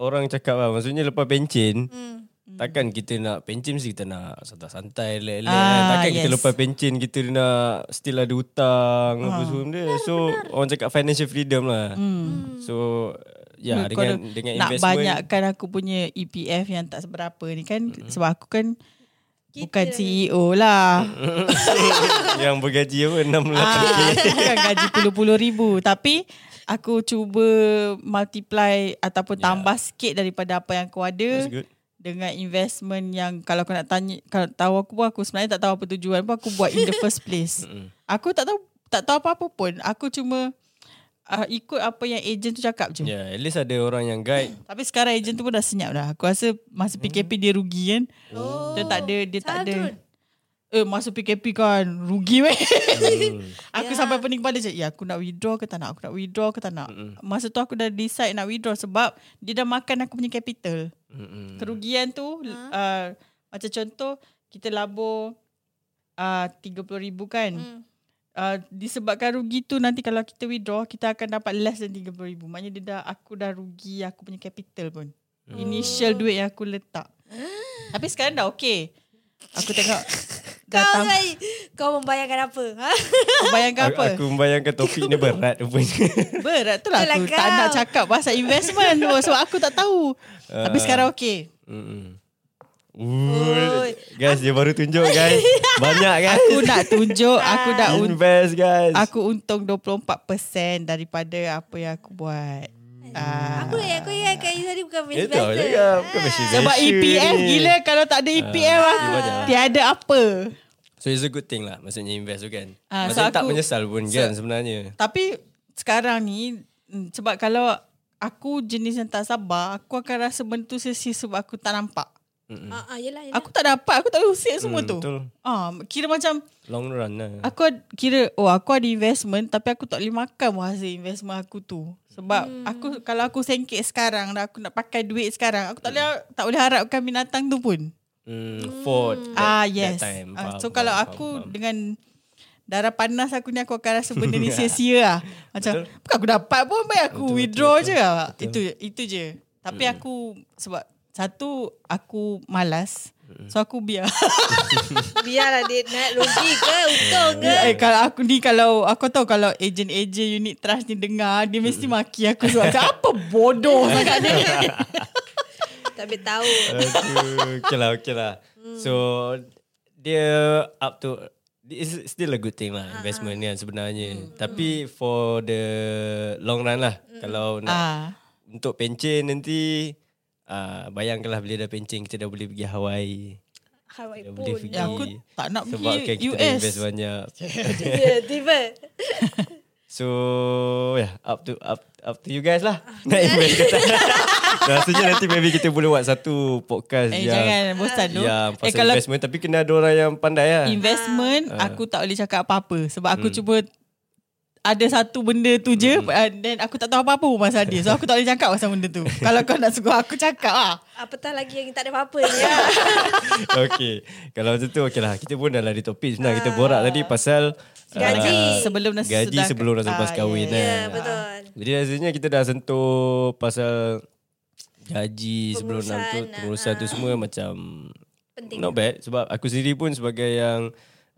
Speaker 2: orang cakap lah. Maksudnya lepas pencin,
Speaker 3: Hmm.
Speaker 2: Takkan kita nak pencin mesti kita nak santai-santai relax-relax
Speaker 1: Ah,
Speaker 2: kan. Takkan kita
Speaker 1: yes.
Speaker 2: lepas pencin kita nak still ada hutang
Speaker 1: Ah.
Speaker 2: apa semua benda. So orang cakap financial freedom lah. So ya
Speaker 1: Kau
Speaker 2: dengan
Speaker 1: dah
Speaker 2: dengan
Speaker 1: Hmm. nak
Speaker 2: investment [laughs]
Speaker 1: banyakkan aku punya EPF yang tak seberapa ni kan
Speaker 2: Hmm.
Speaker 1: sebab aku kan bukan CEO lah.
Speaker 2: Hmm. yang bergaji apa 6 [laughs] lah.
Speaker 1: Ah, aku kan gaji puluh-puluh ribu tapi aku cuba multiply ataupun
Speaker 2: Ya.
Speaker 1: yeah. tambah sikit daripada apa yang aku
Speaker 2: That's
Speaker 1: ada
Speaker 2: good.
Speaker 1: dengan investment yang kalau aku nak tanya kalau tahu aku pun aku sebenarnya tak tahu apa tujuan pun aku buat in the first place. aku tak tahu tak tahu apa-apa pun. Aku cuma uh, ikut apa yang ejen tu cakap je. Yeah.
Speaker 2: Ya, at least ada orang yang guide.
Speaker 1: Tapi sekarang ejen tu pun dah senyap dah. Aku rasa masa PKP dia rugi kan.
Speaker 3: Oh.
Speaker 1: Dia tak ada dia tak ada.
Speaker 3: Salah
Speaker 1: Eh masa PKP kan rugi weh.
Speaker 2: Hmm.
Speaker 1: [laughs] Aku
Speaker 3: Ya.
Speaker 1: yeah. sampai pening kepala je. Ya, aku nak withdraw ke tak nak? Aku nak withdraw ke tak nak? mm Masa tu aku dah decide nak withdraw sebab dia dah makan aku punya capital.
Speaker 2: Mm-mm.
Speaker 1: Kerugian tu
Speaker 3: Ha?
Speaker 1: uh, macam contoh kita labur uh, 30,000 kan.
Speaker 3: Hmm.
Speaker 1: Uh, disebabkan rugi tu nanti kalau kita withdraw kita akan dapat less than 30,000. Maknanya dia dah aku dah rugi aku punya capital pun.
Speaker 3: Oh.
Speaker 1: Initial duit yang aku
Speaker 3: [gasps]
Speaker 1: letak. Tapi sekarang dah okay. Aku
Speaker 3: [laughs]
Speaker 1: tengok
Speaker 3: Kau
Speaker 1: datang Ah.
Speaker 3: Zai, kau membayangkan apa? Ha?
Speaker 1: bayangkan
Speaker 2: Aku,
Speaker 1: apa?
Speaker 2: aku membayangkan topik ni berat rupanya.
Speaker 1: Berat tu lah
Speaker 3: Itulah
Speaker 1: aku
Speaker 3: kau.
Speaker 1: tak nak cakap pasal investment tu sebab aku tak tahu.
Speaker 2: Ah.
Speaker 1: Tapi sekarang okey.
Speaker 2: Mm-mm. Ooh. Guys, dia baru tunjuk
Speaker 1: [laughs]
Speaker 2: guys. Banyak guys.
Speaker 1: Aku nak tunjuk aku dah
Speaker 3: Ah.
Speaker 1: un-
Speaker 2: Invest guys.
Speaker 1: aku untung 24% daripada apa yang aku buat.
Speaker 2: Hmm.
Speaker 1: Ah.
Speaker 3: Aku yang aku yang Kak Izzah ni bukan
Speaker 2: Dia
Speaker 3: best
Speaker 2: tahu cakap Bukan passion
Speaker 1: Sebab EPF E gila kalau tak ada EPF ah,
Speaker 2: dia lah. banyak.
Speaker 1: tiada apa.
Speaker 2: So it's a good thing lah Maksudnya invest tu kan
Speaker 1: Ah, so
Speaker 2: Maksudnya tak
Speaker 1: aku-
Speaker 2: menyesal pun kan sebenarnya
Speaker 1: Tapi sekarang ni mm, sebab kalau aku jenis yang tak sabar, aku akan rasa benda tu sesi sebab aku tak nampak.
Speaker 3: Ah, ah, yelah, yelah.
Speaker 1: Aku tak dapat, aku tak boleh usik semua
Speaker 2: Hmm,
Speaker 1: tu.
Speaker 2: betul.
Speaker 1: Ah, kira macam
Speaker 2: Long run lah
Speaker 1: Aku ad- kira Oh aku ada investment Tapi aku tak boleh makan pun Hasil investment aku tu Sebab hmm. aku Kalau aku sengkit sekarang Dan aku nak pakai duit sekarang Aku tak
Speaker 2: Hmm.
Speaker 1: boleh Tak boleh harapkan binatang tu pun
Speaker 2: mm, Ford
Speaker 1: Ah yes
Speaker 2: time.
Speaker 1: Ah,
Speaker 2: Faham,
Speaker 1: So kalau
Speaker 2: faham,
Speaker 1: aku
Speaker 2: faham, faham.
Speaker 1: Dengan Darah panas aku ni Aku akan rasa benda
Speaker 2: [laughs]
Speaker 1: ni sia-sia lah Macam Bukan aku dapat pun Baik aku
Speaker 2: Betul,
Speaker 1: withdraw
Speaker 2: betul, Hmm.
Speaker 1: je lah Itu itu je Tapi aku Sebab Satu Aku malas
Speaker 2: Hmm.
Speaker 1: So aku biar
Speaker 3: Biarlah dia nak rugi ke, untung ke.
Speaker 1: Eh kalau aku ni kalau aku tahu kalau ejen-ejen unit trust ni dengar dia mesti
Speaker 2: Hmm.
Speaker 1: maki aku sebab
Speaker 2: [laughs]
Speaker 1: macam, apa bodoh sangat ni.
Speaker 3: Tak boleh tahu.
Speaker 2: Aduh, Okay lah okay lah
Speaker 1: Hmm.
Speaker 2: So Dia Up to It's still a good thing lah
Speaker 1: Ah,
Speaker 2: Investment ni kan sebenarnya
Speaker 1: Hmm,
Speaker 2: Tapi for the Long run lah Kalau nak
Speaker 1: Ah.
Speaker 2: Untuk pencen nanti uh, Bayangkanlah bila dah pencen Kita dah boleh pergi Hawaii
Speaker 3: Hawaii
Speaker 2: Dah
Speaker 3: pun.
Speaker 2: boleh pergi
Speaker 1: Ya, aku tak nak
Speaker 2: Sebab kan
Speaker 1: pergi
Speaker 2: kita dah
Speaker 1: US.
Speaker 2: invest banyak
Speaker 3: Ya, tiba.
Speaker 2: [laughs] So yeah, Up to up, up to you guys
Speaker 1: Ah.
Speaker 2: lah [laughs] Nak invest ke tak Rasanya nanti maybe kita boleh buat satu podcast
Speaker 1: Eh
Speaker 2: yang,
Speaker 1: jangan bosan tu.
Speaker 2: Yang pasal
Speaker 1: eh kalau
Speaker 2: investment Tapi kena ada orang yang pandai lah
Speaker 1: investment aku tak boleh cakap apa-apa sebab
Speaker 2: Hmm.
Speaker 1: aku cuba ada satu benda tu je ah, dan aku tak tahu apa-apa pun pasal dia. So aku tak boleh cakap pasal
Speaker 2: [laughs]
Speaker 1: benda tu. kalau kau nak suruh aku cakap ah.
Speaker 3: Apatah lagi yang tak ada apa-apa ni.
Speaker 2: [laughs]
Speaker 3: Ya.
Speaker 2: Okay Kalau macam tu okay lah Kita pun dah lari topik sebenarnya Kita borak tadi pasal
Speaker 3: Gaji.
Speaker 2: ah,
Speaker 1: Sebelum dan
Speaker 2: Gaji
Speaker 1: sesudah-
Speaker 2: sebelum dan selepas
Speaker 1: Ah,
Speaker 2: kahwin eh.
Speaker 1: ya,
Speaker 2: kan.
Speaker 3: Ya, betul.
Speaker 2: Jadi rasanya kita dah sentuh pasal gaji sebelum nak
Speaker 1: ah,
Speaker 2: tu
Speaker 3: Pengurusan,
Speaker 2: pengurusan tu semua macam
Speaker 3: Penting.
Speaker 2: not bad sebab aku sendiri pun sebagai yang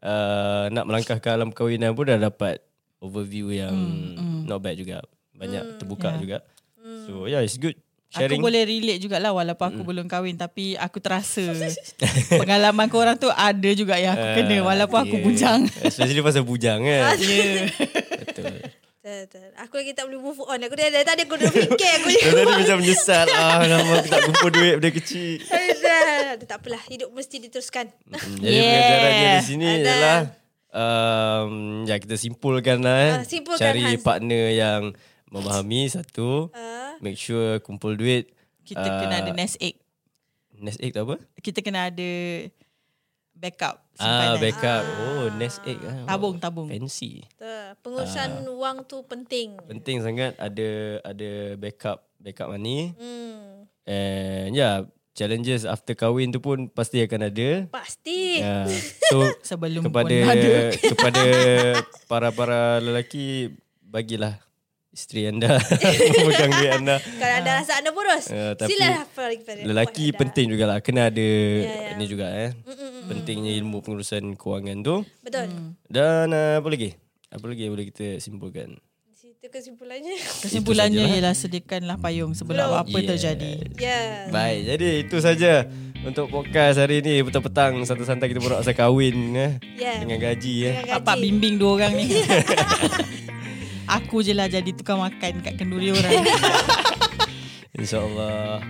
Speaker 2: uh, nak melangkah ke alam perkahwinan pun dah dapat overview yang
Speaker 1: Hmm,
Speaker 2: not bad juga banyak terbuka juga so yeah it's good sharing Hmm.
Speaker 1: ya. Aku boleh relate jugalah walaupun aku belum kahwin tapi aku
Speaker 2: [laughs]
Speaker 1: terasa pengalaman korang tu ada juga
Speaker 2: Eh,
Speaker 1: yang aku kena walaupun aku
Speaker 2: Yeah.
Speaker 1: bujang.
Speaker 2: Ya. [laughs] especially pasal bujang kan
Speaker 1: Yeah.
Speaker 2: betul
Speaker 3: Tak, tak. Aku lagi tak boleh move on. Aku dah dah tadi aku dah fikir
Speaker 2: [laughs]
Speaker 3: aku je.
Speaker 2: Dah tadi macam menyesal ah lama aku tak kumpul duit dari kecil
Speaker 3: Dah, dah, tak apalah. Hidup mesti diteruskan.
Speaker 2: Mm, Jadi yeah. pengajaran dia di
Speaker 1: Yeah.
Speaker 2: sini
Speaker 3: Ada.
Speaker 2: adalah um, ya kita simpulkan lah eh.
Speaker 3: Ah, simpulkan,
Speaker 2: Cari
Speaker 3: Hans.
Speaker 2: partner yang memahami satu.
Speaker 3: Ah.
Speaker 2: Make sure kumpul duit.
Speaker 1: Kita
Speaker 2: Ah.
Speaker 1: kena ada Ah, nest egg.
Speaker 2: Nest egg tu apa?
Speaker 1: Kita kena ada backup
Speaker 2: Ah,
Speaker 1: eh. simpanan.
Speaker 2: backup. Oh, nest egg. Ah,
Speaker 1: Tabung, tabung.
Speaker 2: Fancy.
Speaker 3: Betul. Pengurusan
Speaker 2: Ah.
Speaker 3: wang tu penting.
Speaker 2: Penting sangat ada ada backup backup money.
Speaker 3: Hmm.
Speaker 2: And yeah, challenges after kahwin tu pun pasti akan ada.
Speaker 3: Pasti.
Speaker 1: [laughs]
Speaker 2: Yeah. So
Speaker 1: Sebelum
Speaker 2: kepada
Speaker 1: Eh. pun ada.
Speaker 2: [laughs] kepada para-para lelaki bagilah isteri anda
Speaker 1: [laughs]
Speaker 2: memegang duit anda.
Speaker 3: Kalau anda rasa anda boros,
Speaker 2: Ya, tapi
Speaker 3: silalah pergi pada
Speaker 2: Lelaki
Speaker 3: buat anda.
Speaker 2: penting jugalah kena ada
Speaker 3: ya.
Speaker 2: ni juga eh.
Speaker 1: Mm,
Speaker 2: Pentingnya ilmu pengurusan kewangan tu.
Speaker 3: Betul.
Speaker 2: Dan uh, apa lagi? Apa lagi yang boleh kita simpulkan?
Speaker 3: Di situ kesimpulannya. [laughs]
Speaker 1: Kesimpulannya ialah sediakanlah payung sebelum apa
Speaker 2: Yeah.
Speaker 1: terjadi.
Speaker 3: Ya.
Speaker 2: Baik, jadi itu saja untuk podcast hari ni petang-petang santai-santai kita borak pasal kahwin eh.
Speaker 3: Ya.
Speaker 2: Dengan gaji eh.
Speaker 3: Dengan
Speaker 1: Dapat
Speaker 3: gaji.
Speaker 1: bimbing dua orang ni. [laughs] aku je lah jadi tukang makan kat kenduri orang.
Speaker 2: InsyaAllah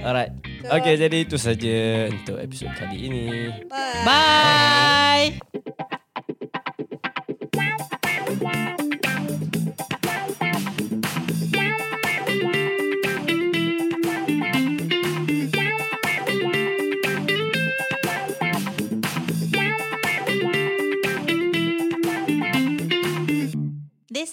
Speaker 2: Alright Okay jadi itu saja Untuk episod kali ini
Speaker 3: Bye.
Speaker 1: Bye. This